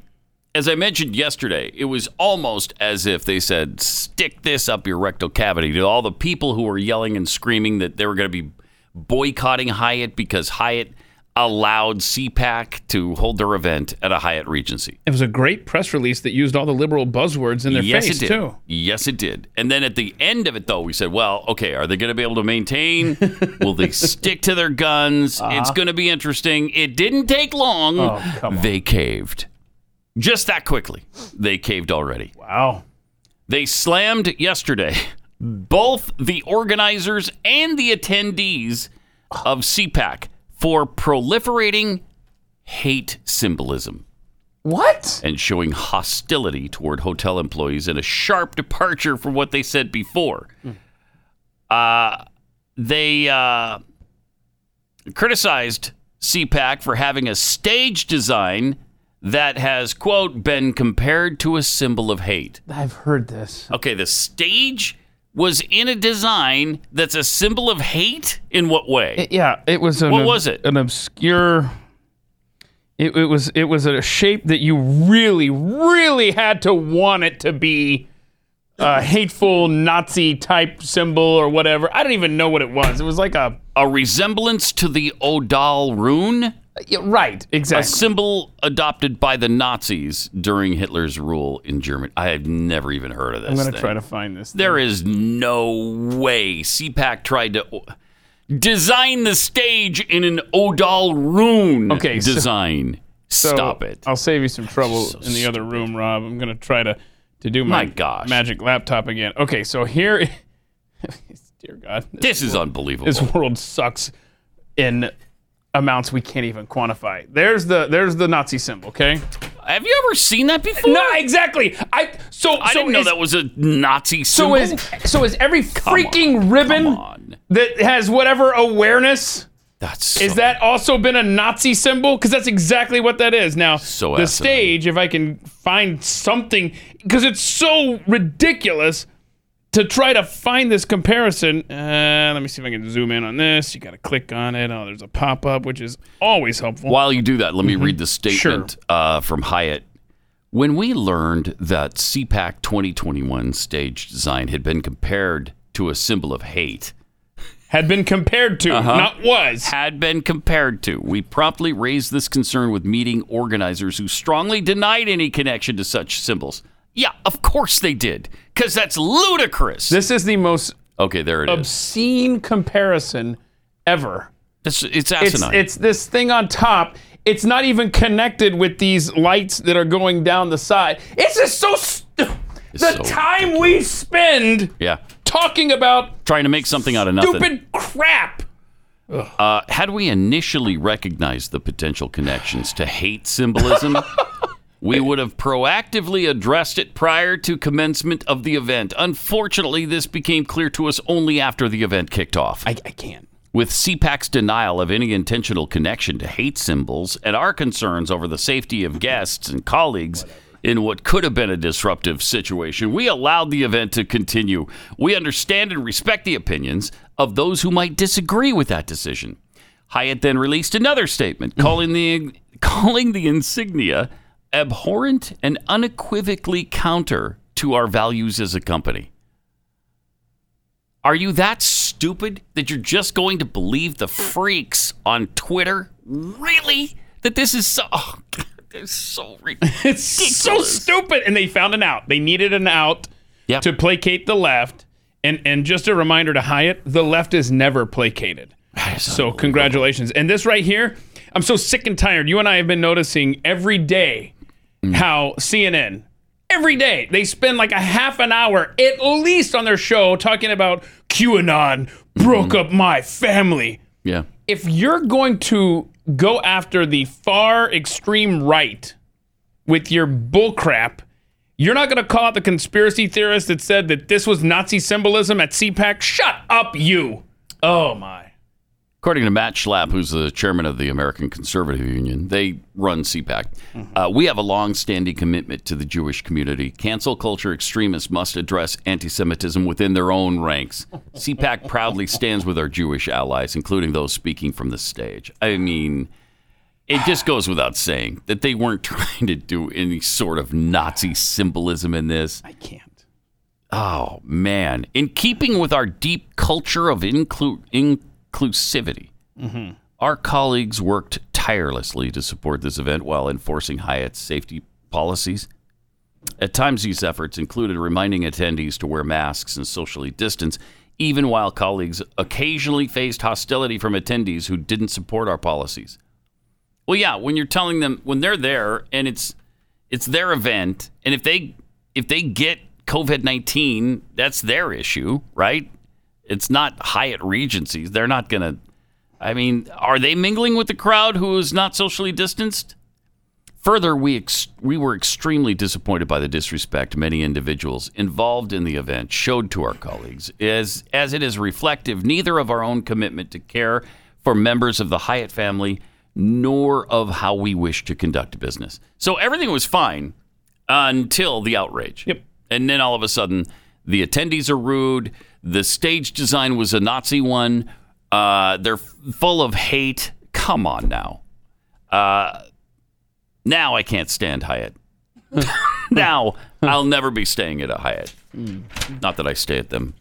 Speaker 2: as I mentioned yesterday, it was almost as if they said, stick this up your rectal cavity to all the people who were yelling and screaming that they were going to be boycotting Hyatt because Hyatt allowed CPAC to hold their event at a Hyatt Regency.
Speaker 3: It was a great press release that used all the liberal buzzwords in their
Speaker 2: yes,
Speaker 3: face
Speaker 2: it did.
Speaker 3: too.
Speaker 2: Yes, it did. And then at the end of it, though, we said, well, okay, are they going to be able to maintain? Will they stick to their guns? It's going to be interesting. It didn't take long.
Speaker 3: Uh-huh. Oh, come
Speaker 2: They caved. Just that quickly. They caved already.
Speaker 3: Wow.
Speaker 2: They slammed yesterday both the organizers and the attendees of CPAC for proliferating hate symbolism
Speaker 16: What?
Speaker 2: and showing hostility toward hotel employees in a sharp departure from what they said before. Uh, they uh, criticized CPAC for having a stage design that has, quote, been compared to a symbol of hate.
Speaker 3: I've heard this.
Speaker 2: Okay, the stage was in a design that's a symbol of hate? In what way?
Speaker 3: yeah, it was. An
Speaker 2: What
Speaker 3: ob-
Speaker 2: was it?
Speaker 3: An obscure. It, it was it was a shape that you really really had to want it to be a hateful Nazi type symbol or whatever. I don't even know what it was. It was like a
Speaker 2: a resemblance to the Odal rune?
Speaker 3: right,
Speaker 2: A
Speaker 3: exactly.
Speaker 2: symbol adopted by the Nazis during Hitler's rule in Germany. I have never even heard of this.
Speaker 3: I'm gonna
Speaker 2: thing.
Speaker 3: try to find this.
Speaker 2: There is no way CPAC tried to o- design the stage in an Odal rune
Speaker 3: Okay, so-
Speaker 2: design.
Speaker 3: So, oh,
Speaker 2: Stop it.
Speaker 3: I'll save you some trouble in the other room, Rob. I'm gonna try to to do my,
Speaker 2: My gosh.
Speaker 3: magic laptop again. Okay, so here, dear God,
Speaker 2: This is unbelievable.
Speaker 3: This world sucks in amounts we can't even quantify. There's the there's the Nazi symbol. Okay.
Speaker 2: Have you ever seen that before?
Speaker 3: No, exactly. I so
Speaker 2: I
Speaker 3: so
Speaker 2: didn't know
Speaker 3: is-
Speaker 2: that was a Nazi symbol.
Speaker 3: So is so is every freaking ribbon that has whatever awareness.
Speaker 2: That's
Speaker 3: is that also been a Nazi symbol? Because that's exactly what that is. Now
Speaker 2: So
Speaker 3: the
Speaker 2: asinine.
Speaker 3: stage, if I can find something, because it's so ridiculous. to try to find this comparison, uh, let me see if I can zoom in on this. You got to click on it. Oh, there's a pop up, which is always helpful.
Speaker 2: While you do that, let
Speaker 3: Mm-hmm.
Speaker 2: me read the statement uh, from Hyatt. When we learned that CPAC 2021 stage design had been compared to a symbol of hate,
Speaker 3: had been compared to, not was,
Speaker 2: had been compared to, we promptly raised this concern with meeting organizers who strongly denied any connection to such symbols. Yeah, of course they did, because that's ludicrous.
Speaker 3: This is the most
Speaker 2: okay. There it is.
Speaker 3: obscene comparison ever.
Speaker 2: It's, it's asinine.
Speaker 3: It's, this thing on top. It's not even connected with these lights that are going down the side. It's just so. St- the
Speaker 2: so
Speaker 3: time we spend
Speaker 2: Yeah,
Speaker 3: talking about
Speaker 2: trying to make something out of nothing.
Speaker 3: stupid crap.
Speaker 2: Uh, had we initially recognized the potential connections to hate symbolism, we would have proactively addressed it prior to commencement of the event. Unfortunately, this became clear to us only after the event kicked off. I, I
Speaker 3: can't.
Speaker 2: With CPAC's denial of any intentional connection to hate symbols and our concerns over the safety of guests and colleagues in what could have been a disruptive situation, we allowed the event to continue. We understand and respect the opinions of those who might disagree with that decision. Hyatt then released another statement calling the calling the insignia abhorrent and unequivocally counter to our values as a company. Are you that stupid that you're just going to believe the freaks on Twitter? Really? That this is so oh, God, it's so ridiculous.
Speaker 3: It's so stupid. And they found an out. They needed an out to placate the left. And and just a reminder to Hyatt, the left is never placated. So congratulations. And this right here, I'm so sick and tired. You and I have been noticing every day how CNN every day they spend like a half an hour at least on their show talking about QAnon broke up my family
Speaker 2: Yeah.
Speaker 3: if you're going to go after the far extreme right with your bullcrap, you're not going to call out the conspiracy theorist that said that this was Nazi symbolism at CPAC. Shut up, you. Oh my.
Speaker 2: According to Matt Schlapp, who's the chairman of the American Conservative Union, they run CPAC. Uh, we have a long-standing commitment to the Jewish community. Cancel culture extremists must address anti-Semitism within their own ranks. CPAC proudly stands with our Jewish allies, including those speaking from the stage. I mean, it just goes without saying that they weren't trying to do any sort of Nazi symbolism in this. I
Speaker 3: can't.
Speaker 2: Oh, man. In keeping with our deep culture of inclu- inclusivity,
Speaker 3: Mhm.
Speaker 2: our colleagues worked tirelessly to support this event while enforcing Hyatt's safety policies. At times, these efforts included reminding attendees to wear masks and socially distance, even while colleagues occasionally faced hostility from attendees who didn't support our policies. Well, yeah, when you're telling them when they're there and it's it's their event, and if they if they get COVID nineteen, that's their issue, right? It's not Hyatt Regency's. They're not gonna. I mean, are they mingling with the crowd who is not socially distanced? Further, we ex- we were extremely disappointed by the disrespect many individuals involved in the event showed to our colleagues, as as it is reflective neither of our own commitment to care for members of the Hyatt family nor of how we wish to conduct business. So everything was fine until the outrage. Yep. And then all of a sudden, the attendees are rude. The stage design was a Nazi one. Uh, they're f- full of hate. Come on now. Uh, now I can't stand Hyatt. now I'll never be staying at a Hyatt. Not that I stay at them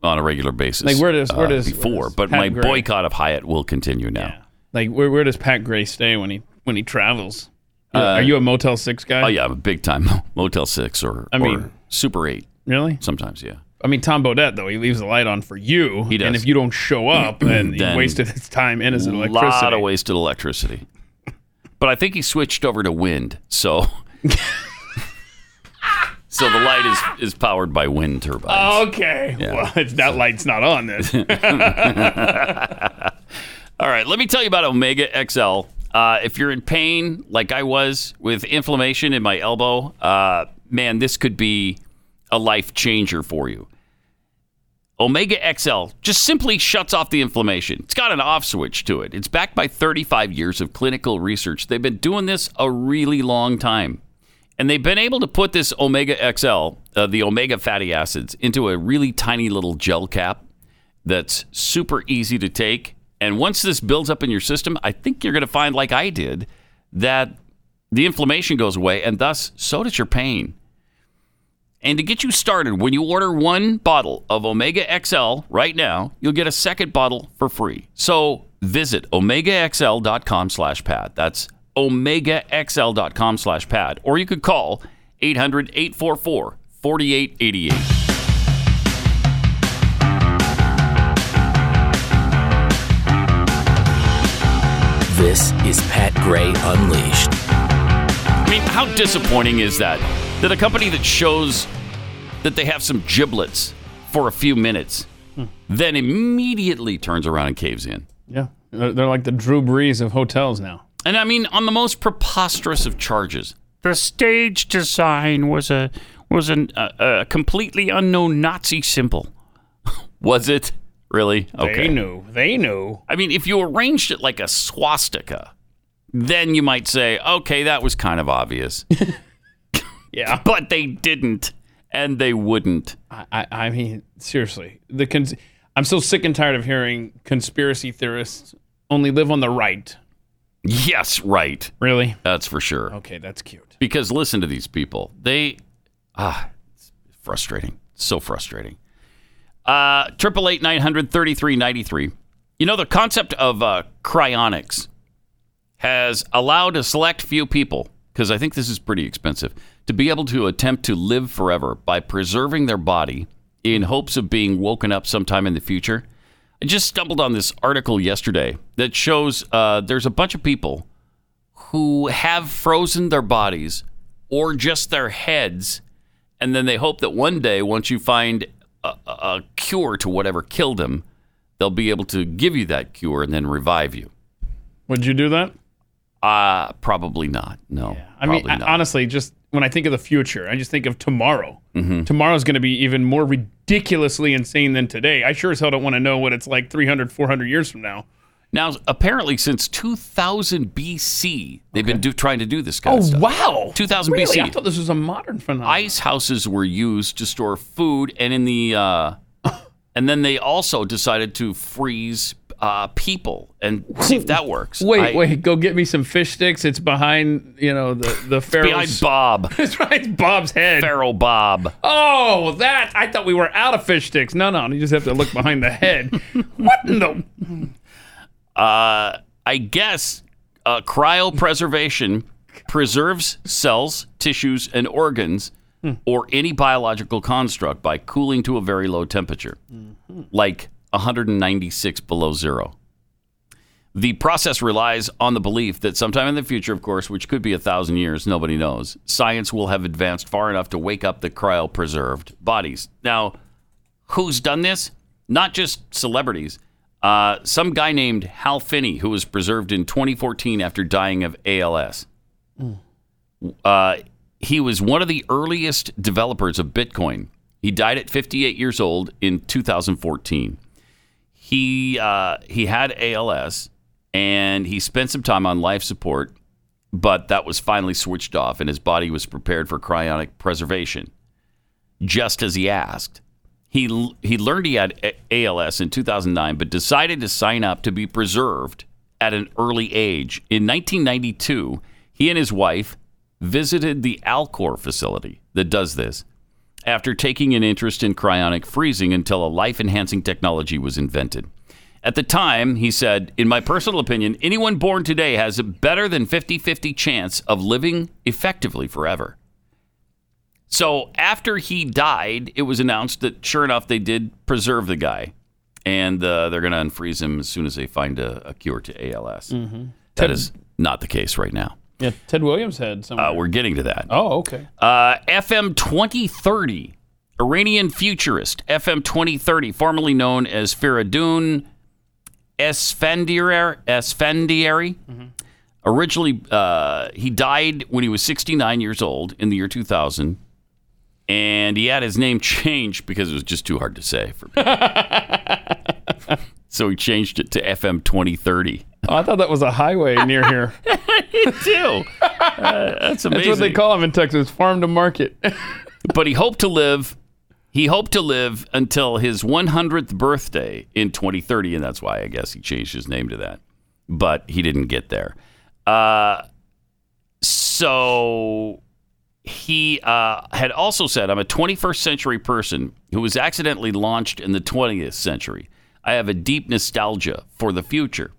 Speaker 2: on a regular basis.
Speaker 3: Hmm.
Speaker 2: uh,
Speaker 3: Like, where does- where does- where
Speaker 2: before?
Speaker 3: does
Speaker 2: but
Speaker 3: Pat
Speaker 2: my
Speaker 3: Gray-
Speaker 2: boycott of Hyatt will continue now.
Speaker 3: Like where, where does Pat Gray stay when he when he travels? Are you a Motel Six guy?
Speaker 2: Uh, Oh yeah, I'm a big time Motel Six or
Speaker 3: I mean-
Speaker 2: or Super Eight.
Speaker 3: Really?
Speaker 2: Sometimes, yeah.
Speaker 3: I mean Tom Bodette though he leaves the light on for you.
Speaker 2: He does.
Speaker 3: And if you don't show up, then,
Speaker 2: Then-
Speaker 3: you wasted his time, innocent
Speaker 2: A
Speaker 3: electricity.
Speaker 2: lot of wasted electricity. But I think he switched over to wind, so so the light is is powered by wind turbines.
Speaker 3: Oh, Okay.
Speaker 2: Yeah.
Speaker 3: Well, it's, that light's not on this.
Speaker 2: All right, let me tell you about Omega XL. Uh, if you're in pain, like I was with inflammation in my elbow, uh, man, this could be a life changer for you. Omega XL just simply shuts off the inflammation. It's got an off switch to it. It's backed by 35 years of clinical research. They've been doing this a really long time. And they've been able to put this omega XL, uh, the omega fatty acids, into a really tiny little gel cap that's super easy to take. And once this builds up in your system, I think you're going to find, like I did, that the inflammation goes away and thus so does your pain. And to get you started, when you order one bottle of Omega XL right now, you'll get a second bottle for free. So visit omegaxl.com slash pad. That's omegaxl.com slash pad. Or you could call 800 844 4888.
Speaker 6: This is Pat Gray Unleashed.
Speaker 2: I mean, how disappointing is that? That a company that shows that they have some giblets for a few minutes, then immediately turns around and caves in.
Speaker 3: Yeah. They're, they're like the Drew Brees of hotels now.
Speaker 2: And I mean, on the most preposterous of charges.
Speaker 18: The stage design was a was an, a, a completely unknown Nazi symbol.
Speaker 2: Was it really?
Speaker 3: They knew. They knew.
Speaker 2: I mean, if you arranged it like a swastika, then you might say, okay, that was kind of obvious. yeah. But they didn't, and they wouldn't.
Speaker 3: I, I, I mean, seriously, the cons- I'm so sick and tired of hearing conspiracy theorists only live on the right.
Speaker 2: Yes, right.
Speaker 3: Really?
Speaker 2: That's for sure.
Speaker 3: Okay, that's cute.
Speaker 2: Because listen to these people. They, ah, it's frustrating. So frustrating. Uh, Triple eight nine hundred thirty three ninety three. You know the concept of uh, cryonics has allowed a select few people, because I think this is pretty expensive, to be able to attempt to live forever by preserving their body in hopes of being woken up sometime in the future. I just stumbled on this article yesterday that shows uh, there's a bunch of people who have frozen their bodies or just their heads, and then they hope that one day, once you find a, a- a cure to whatever killed them, they'll be able to give you that cure and then revive you.
Speaker 3: Would you do that?
Speaker 2: Uh, probably not. No.
Speaker 3: I mean, I- honestly, just when I think of the future, I just think of tomorrow.
Speaker 2: Mhm.
Speaker 3: Tomorrow's going to be even more ridiculously insane than today. I sure as hell don't want to know what it's like 300, 400 years from now.
Speaker 2: Now, apparently, since 2000 BC, they've been do, trying to do this kind
Speaker 3: Oh,
Speaker 2: of stuff.
Speaker 3: wow.
Speaker 2: 2000
Speaker 3: Really?
Speaker 2: BC.
Speaker 3: I thought this was a modern phenomenon.
Speaker 2: Ice houses were used to store food, and in the uh, and then they also decided to freeze uh, people and see if that works.
Speaker 3: Wait,
Speaker 2: I-
Speaker 3: wait, go get me some fish sticks. It's behind, you know, the the
Speaker 2: Behind
Speaker 3: Pharaoh's.
Speaker 2: Bob,
Speaker 3: That's right, Bob's head.
Speaker 2: Pharaoh Bob.
Speaker 3: Oh, that! I thought we were out of fish sticks. No, no, you just have to look behind the head. what in the?
Speaker 2: Uh, I guess uh, cryopreservation preserves cells, tissues, and organs or any biological construct by cooling to a very low temperature, like 196 below zero. The process relies on the belief that sometime in the future, of course, which could be a thousand years, nobody knows, science will have advanced far enough to wake up the cryopreserved bodies. Now, who's done this? Not just celebrities. Uh, some guy named Hal Finney, who was preserved in 2014 after dying of ALS. Uh, he was one of the earliest developers of Bitcoin. He died at 58 years old in 2014. He uh, he had ALS and he spent some time on life support, but that was finally switched off, and his body was prepared for cryonic preservation, just as he asked. He l- he learned he had A- ALS in 2009, but decided to sign up to be preserved at an early age. In 1992, he and his wife visited the Alcor facility that does this after taking an interest in cryonic freezing until a life enhancing technology was invented. At the time, he said, In my personal opinion, anyone born today has a better than 50 50 chance of living effectively forever. So after he died, it was announced that sure enough, they did preserve the guy. And uh, they're going to unfreeze him as soon as they find a, a cure to ALS.
Speaker 3: Mhm.
Speaker 2: That is not the case right now.
Speaker 3: Yeah, Ted Williams head somewhere.
Speaker 2: Uh, we're getting to that.
Speaker 3: oh, okay.
Speaker 2: Uh, FM 2030, Iranian futurist. FM 2030, formerly known as Firidun Esfandiari. Esfandiari.
Speaker 3: Mm-hmm.
Speaker 2: Originally, uh, he died when he was 69 years old in the year 2000. And he had his name changed because it was just too hard to say for me. so he changed it to FM 2030.
Speaker 3: Oh, I thought that was a highway near here.
Speaker 2: You do. Uh, that's amazing.
Speaker 3: That's what they call them in Texas, farm to market.
Speaker 2: but he hoped to live. He hoped to live until his 100th birthday in 2030, and that's why I guess he changed his name to that. But he didn't get there. Uh, so he uh, had also said, "I'm a 21st century person who was accidentally launched in the 20th century. I have a deep nostalgia for the future."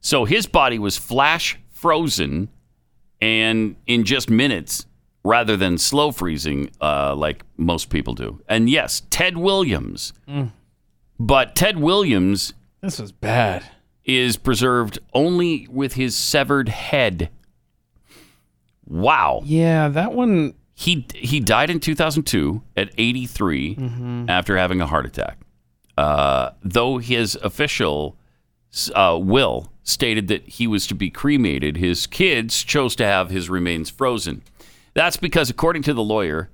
Speaker 2: So his body was flash frozen and in just minutes rather than slow freezing uh, like most people do. And yes, Ted Williams.
Speaker 3: Mm.
Speaker 2: But Ted Williams
Speaker 3: This was bad.
Speaker 2: is preserved only with his severed head. Wow.
Speaker 3: Yeah, that one.
Speaker 2: He he died in 2002 at 83
Speaker 3: Mhm.
Speaker 2: after having a heart attack. Uh, though his official uh, will stated that he was to be cremated, his kids chose to have his remains frozen. That's because, according to the lawyer,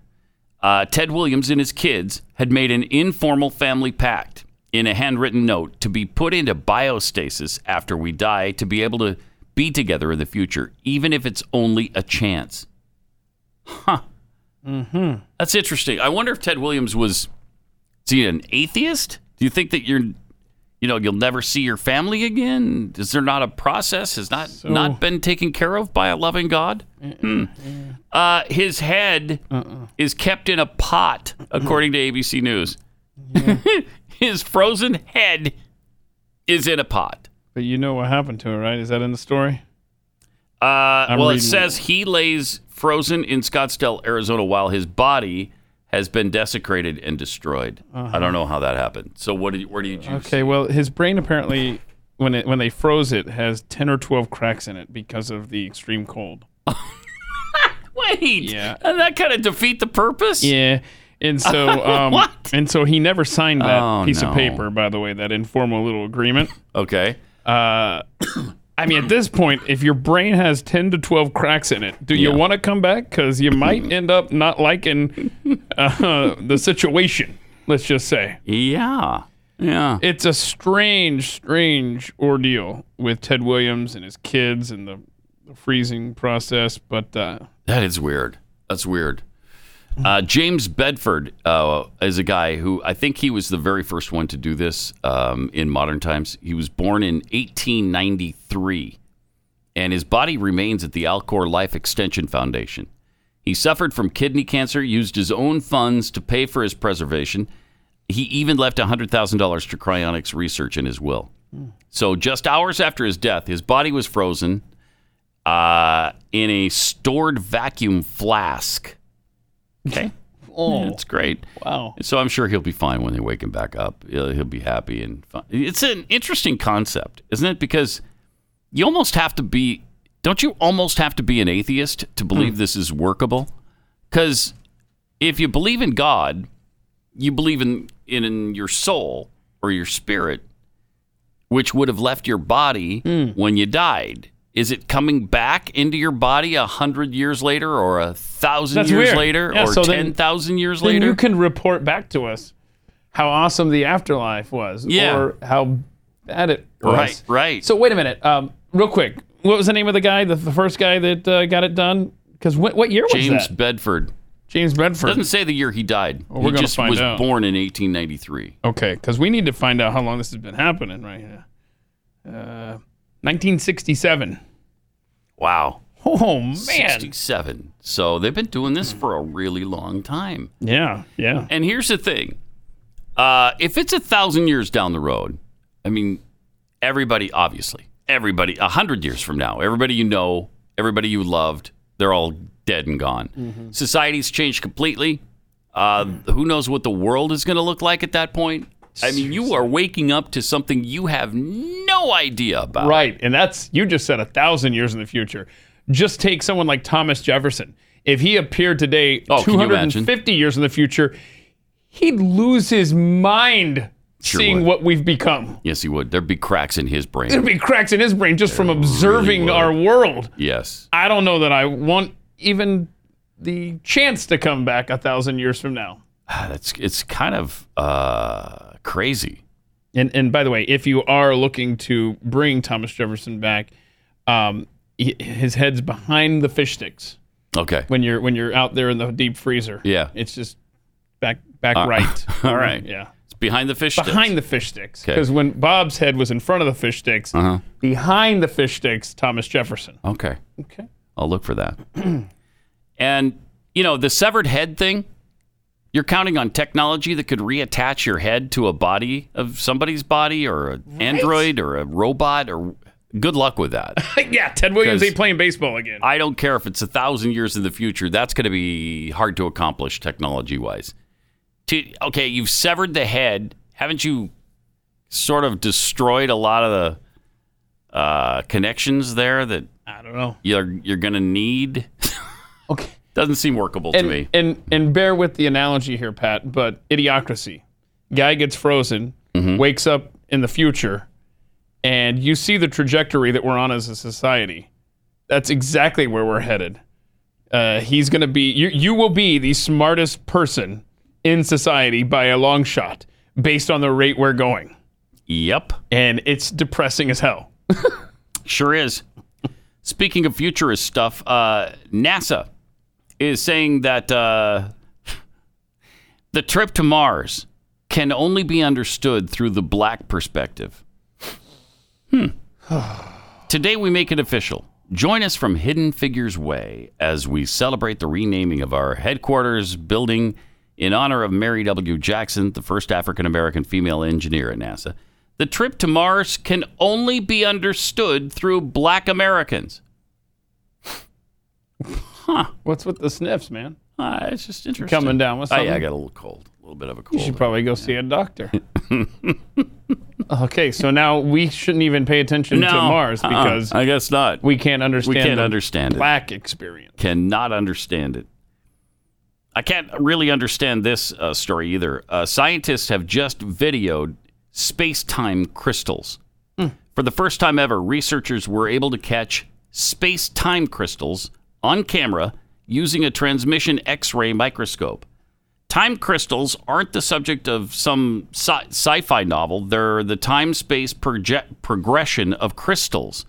Speaker 2: uh, Ted Williams and his kids had made an informal family pact in a handwritten note to be put into biostasis after we die to be able to be together in the future, even if it's only a chance.
Speaker 3: Mm-hmm.
Speaker 2: That's interesting. I wonder if Ted Williams was is he an atheist? Do you think that you're you know, you'll never see your family again? Is there not a process? Has not not been taken care of by a loving God? Hmm. Uh, his head is kept in a pot, according to ABC News. his frozen head is in a pot.
Speaker 3: But you know what happened to it, right? Is that in the story?
Speaker 2: Uh,
Speaker 3: I'm
Speaker 2: well, it
Speaker 3: reading
Speaker 2: says he lays frozen in Scottsdale, Arizona, while his body has been desecrated and destroyed.
Speaker 3: Uh-huh.
Speaker 2: I don't know how that happened. So, what? Did, where do you?
Speaker 3: Okay, well, his brain apparently, when it when they froze it, has ten or twelve cracks in it because of the extreme cold.
Speaker 2: Wait.
Speaker 3: Yeah.
Speaker 2: And that kind of defeat the purpose.
Speaker 3: Yeah. And so, um,
Speaker 2: What?
Speaker 3: and so he never signed that
Speaker 2: Oh,
Speaker 3: piece
Speaker 2: no.
Speaker 3: of paper. By the way, that informal little agreement.
Speaker 2: Okay.
Speaker 3: Uh, I mean, at this point, if your brain has ten to twelve cracks in it, do you
Speaker 2: Yeah.
Speaker 3: want to come back? Because you might end up not liking uh, the situation. Let's just say.
Speaker 2: Yeah. Yeah.
Speaker 3: It's a strange, strange ordeal with Ted Williams and his kids and the, the freezing process. But uh,
Speaker 2: That is weird. That's weird. Uh, James Bedford uh, is a guy who I think he was the very first one to do this um, in modern times. He was born in 1893, and his body remains at the Alcor Life Extension Foundation. He suffered from kidney cancer, used his own funds to pay for his preservation. He even left $100,000 to cryonics research in his will. So, just hours after his death, his body was frozen uh, in a stored vacuum flask. Okay.
Speaker 3: Oh.
Speaker 2: That's great.
Speaker 3: Wow.
Speaker 2: So I'm sure he'll be fine when they wake him back up. He'll, he'll be happy and fine. It's an interesting concept, isn't it? Because you almost have to be, don't you almost have to be an atheist to
Speaker 3: Hmm.
Speaker 2: believe this is workable? Because if you believe in God, you believe in, in, in your soul or your spirit, which would have left your body
Speaker 3: Hmm.
Speaker 2: when you died. Is it coming back into your body a hundred years later, or a thousand
Speaker 3: That's
Speaker 2: years
Speaker 3: weird.
Speaker 2: later,
Speaker 3: Yeah,
Speaker 2: or
Speaker 3: so then-
Speaker 2: ten thousand years
Speaker 3: then
Speaker 2: later?
Speaker 3: you can report back to us how awesome the afterlife was,
Speaker 2: Yeah.
Speaker 3: or how bad it was.
Speaker 2: Right, right.
Speaker 3: So wait a minute, um, real quick. What was the name of the guy, the, the first guy that uh, got it done? Because what, what year was
Speaker 2: James
Speaker 3: that?
Speaker 2: Bedford.
Speaker 3: James Bedford.
Speaker 2: Doesn't say the year he died.
Speaker 3: Well, we're
Speaker 2: he
Speaker 3: gonna
Speaker 2: just
Speaker 3: find
Speaker 2: was
Speaker 3: out.
Speaker 2: born in 1893.
Speaker 3: Okay, because we need to find out how long this has been happening right here. Uh, 1967.
Speaker 2: Wow.
Speaker 3: Oh man.
Speaker 2: 67. So they've been doing this for a really long time.
Speaker 3: Yeah, yeah.
Speaker 2: And here's the thing: uh, if it's a thousand years down the road, I mean, everybody, obviously, everybody, a hundred years from now, everybody you know, everybody you loved, they're all dead and gone.
Speaker 3: Mm-hmm.
Speaker 18: Mhm.
Speaker 2: Society's changed completely. Uh, Who knows what the world is going to look like at that point? I mean, you are waking up to something you have no idea about.
Speaker 3: Right, and that's you just said a thousand years in the future. Just take someone like Thomas Jefferson. If he appeared today,
Speaker 2: Oh, can you imagine?
Speaker 3: 250 years in the future, he'd lose his mind
Speaker 2: Sure
Speaker 3: seeing
Speaker 2: would.
Speaker 3: what we've become.
Speaker 2: Yes, he would. There'd be cracks in his brain.
Speaker 3: There'd be cracks in his brain just from observing our world.
Speaker 2: yes.
Speaker 3: I don't know that I want even the chance to come back a thousand years from now.
Speaker 2: Ah, That's it's kind of uh, crazy.
Speaker 3: And and by the way, if you are looking to bring Thomas Jefferson back, um, he, his head's behind the fish sticks
Speaker 2: Okay.
Speaker 3: when you're when you're out there in the deep freezer.
Speaker 2: Yeah.
Speaker 3: it's just back back
Speaker 2: Uh,
Speaker 3: right.
Speaker 2: All right.
Speaker 3: yeah.
Speaker 2: It's behind the fish.
Speaker 3: Behind the fish sticks,
Speaker 2: Okay.
Speaker 3: because when Bob's head was in front of the fish sticks,
Speaker 2: Uh huh.
Speaker 3: behind the fish sticks, Thomas Jefferson.
Speaker 2: Okay.
Speaker 3: Okay.
Speaker 2: I'll look for that. and you know the severed head thing. You're counting on technology that could reattach your head to a body of somebody's body, or an android, or a robot, or good luck with that.
Speaker 3: yeah, Ted Williams
Speaker 2: 'Cause-
Speaker 3: ain't playing baseball again.
Speaker 2: I don't care if it's a thousand years in the future. That's going to be hard to accomplish technology wise. To, okay, you've severed the head. Haven't you sort of destroyed a lot of the uh, connections there that
Speaker 3: I don't know.
Speaker 2: You're you're going to need?
Speaker 3: okay,
Speaker 2: doesn't seem workable
Speaker 3: and,
Speaker 2: to me.
Speaker 3: And and bear with the analogy here, Pat, but idiocracy. Guy gets frozen,
Speaker 2: Mm-hmm.
Speaker 3: wakes up in the future, and you see the trajectory that we're on as a society. That's exactly where we're headed. Uh, he's going to be you. You will be the smartest person in society by a long shot, based on the rate we're going.
Speaker 2: Yep.
Speaker 3: And it's depressing as hell.
Speaker 2: Sure is. Speaking of futurist stuff, uh, NASA is saying that uh, the trip to Mars can only be understood through the black perspective. Hmm. Today we make it official. Join us from Hidden Figures Way as we celebrate the renaming of our headquarters building in honor of Mary W. Jackson, the first African American female engineer at NASA. The trip to Mars can only be understood through black Americans. Huh?
Speaker 3: What's with the sniffs, man?
Speaker 2: Uh, it's just
Speaker 3: You're
Speaker 2: interesting.
Speaker 3: coming down with
Speaker 2: Oh,
Speaker 3: something.
Speaker 2: yeah, I got a little cold, a little bit of a
Speaker 3: You
Speaker 2: cold.
Speaker 3: should probably go see a doctor. okay, so now we shouldn't even pay attention to
Speaker 2: No,
Speaker 3: Mars
Speaker 2: uh-uh,
Speaker 3: because
Speaker 2: I guess not.
Speaker 3: We can't understand.
Speaker 2: We can't
Speaker 3: the
Speaker 2: understand it.
Speaker 3: black experience.
Speaker 2: Cannot understand it. I can't really understand this uh, story either. Uh, scientists have just videoed space time crystals. For the first time ever, researchers were able to catch space time crystals on camera using a transmission X ray microscope. Time crystals aren't the subject of some sci- sci-fi novel. They're the time-space proje- progression of crystals,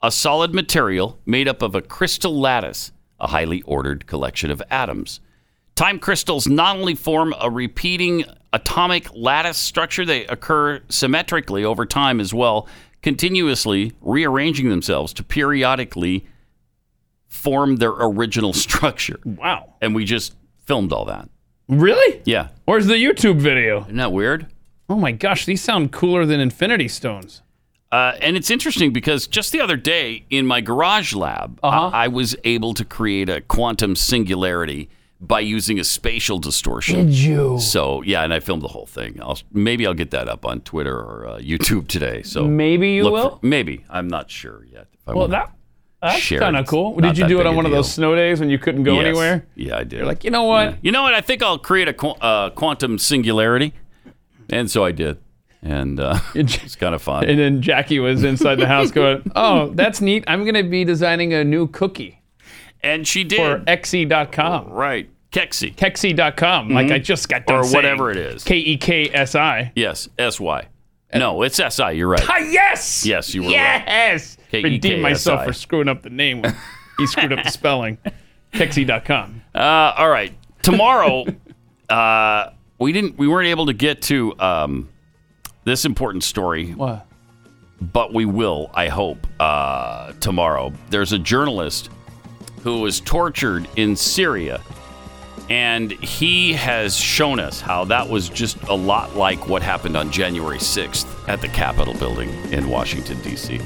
Speaker 2: a solid material made up of a crystal lattice, a highly ordered collection of atoms. Time crystals not only form a repeating atomic lattice structure, they occur symmetrically over time as well, continuously rearranging themselves to periodically form their original structure.
Speaker 3: Wow.
Speaker 2: And we just filmed all that.
Speaker 3: Really?
Speaker 2: Yeah.
Speaker 3: Where's the YouTube video?
Speaker 2: Isn't that weird?
Speaker 3: Oh my gosh, these sound cooler than Infinity Stones.
Speaker 2: Uh, and it's interesting because just the other day in my garage lab,
Speaker 3: Uh-huh.
Speaker 2: I, I was able to create a quantum singularity by using a spatial distortion.
Speaker 3: Did you?
Speaker 2: So yeah, and I filmed the whole thing. I'll maybe I'll get that up on Twitter or uh, YouTube today. So
Speaker 3: Maybe you
Speaker 2: look for-
Speaker 3: will?
Speaker 2: maybe I'm not sure yet. If I
Speaker 3: well,
Speaker 2: wanna
Speaker 3: that that's
Speaker 2: share
Speaker 3: kind of
Speaker 2: it.
Speaker 3: cool.
Speaker 2: Not
Speaker 3: Did you
Speaker 2: that
Speaker 3: do it
Speaker 2: big
Speaker 3: on
Speaker 2: a
Speaker 3: one of those
Speaker 2: deal.
Speaker 3: snow days when you couldn't go
Speaker 2: Yes.
Speaker 3: anywhere?
Speaker 2: Yeah, I did.
Speaker 3: You're like, you know what?
Speaker 2: You know what? I think I'll create a qu- uh, quantum singularity, and so I did, and uh, it's kind of fun.
Speaker 3: And then Jackie was inside the house going, "Oh, that's neat. I'm going to be designing a new cookie."
Speaker 2: And she did.
Speaker 3: For E Exi.com.
Speaker 2: Right. Kexi.
Speaker 3: Kexi.com. Like
Speaker 2: Mhm.
Speaker 3: I just got done
Speaker 2: or
Speaker 3: saying.
Speaker 2: whatever it is.
Speaker 3: K E K S I.
Speaker 2: Yes, S Y. No, it's S I. You're right.
Speaker 3: Ah, yes.
Speaker 2: Yes, you were right. E
Speaker 3: Yes.
Speaker 2: K-E-K-S-I.
Speaker 3: Redeem myself for screwing up the name. when he screwed up the spelling. Kexi.com.
Speaker 2: Uh, all right. Tomorrow, uh, we didn't. We weren't able to get to um, this important story.
Speaker 3: What?
Speaker 2: But we will. I hope uh, tomorrow. There's a journalist who was tortured in Syria, and he has shown us how that was just a lot like what happened on January 6th at the Capitol building in Washington D.C.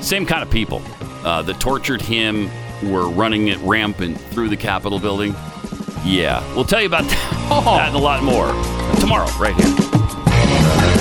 Speaker 2: Same kind of people uh, that tortured him were running it rampant through the Capitol building. Yeah, we'll tell you about that, that and a lot more tomorrow, right here.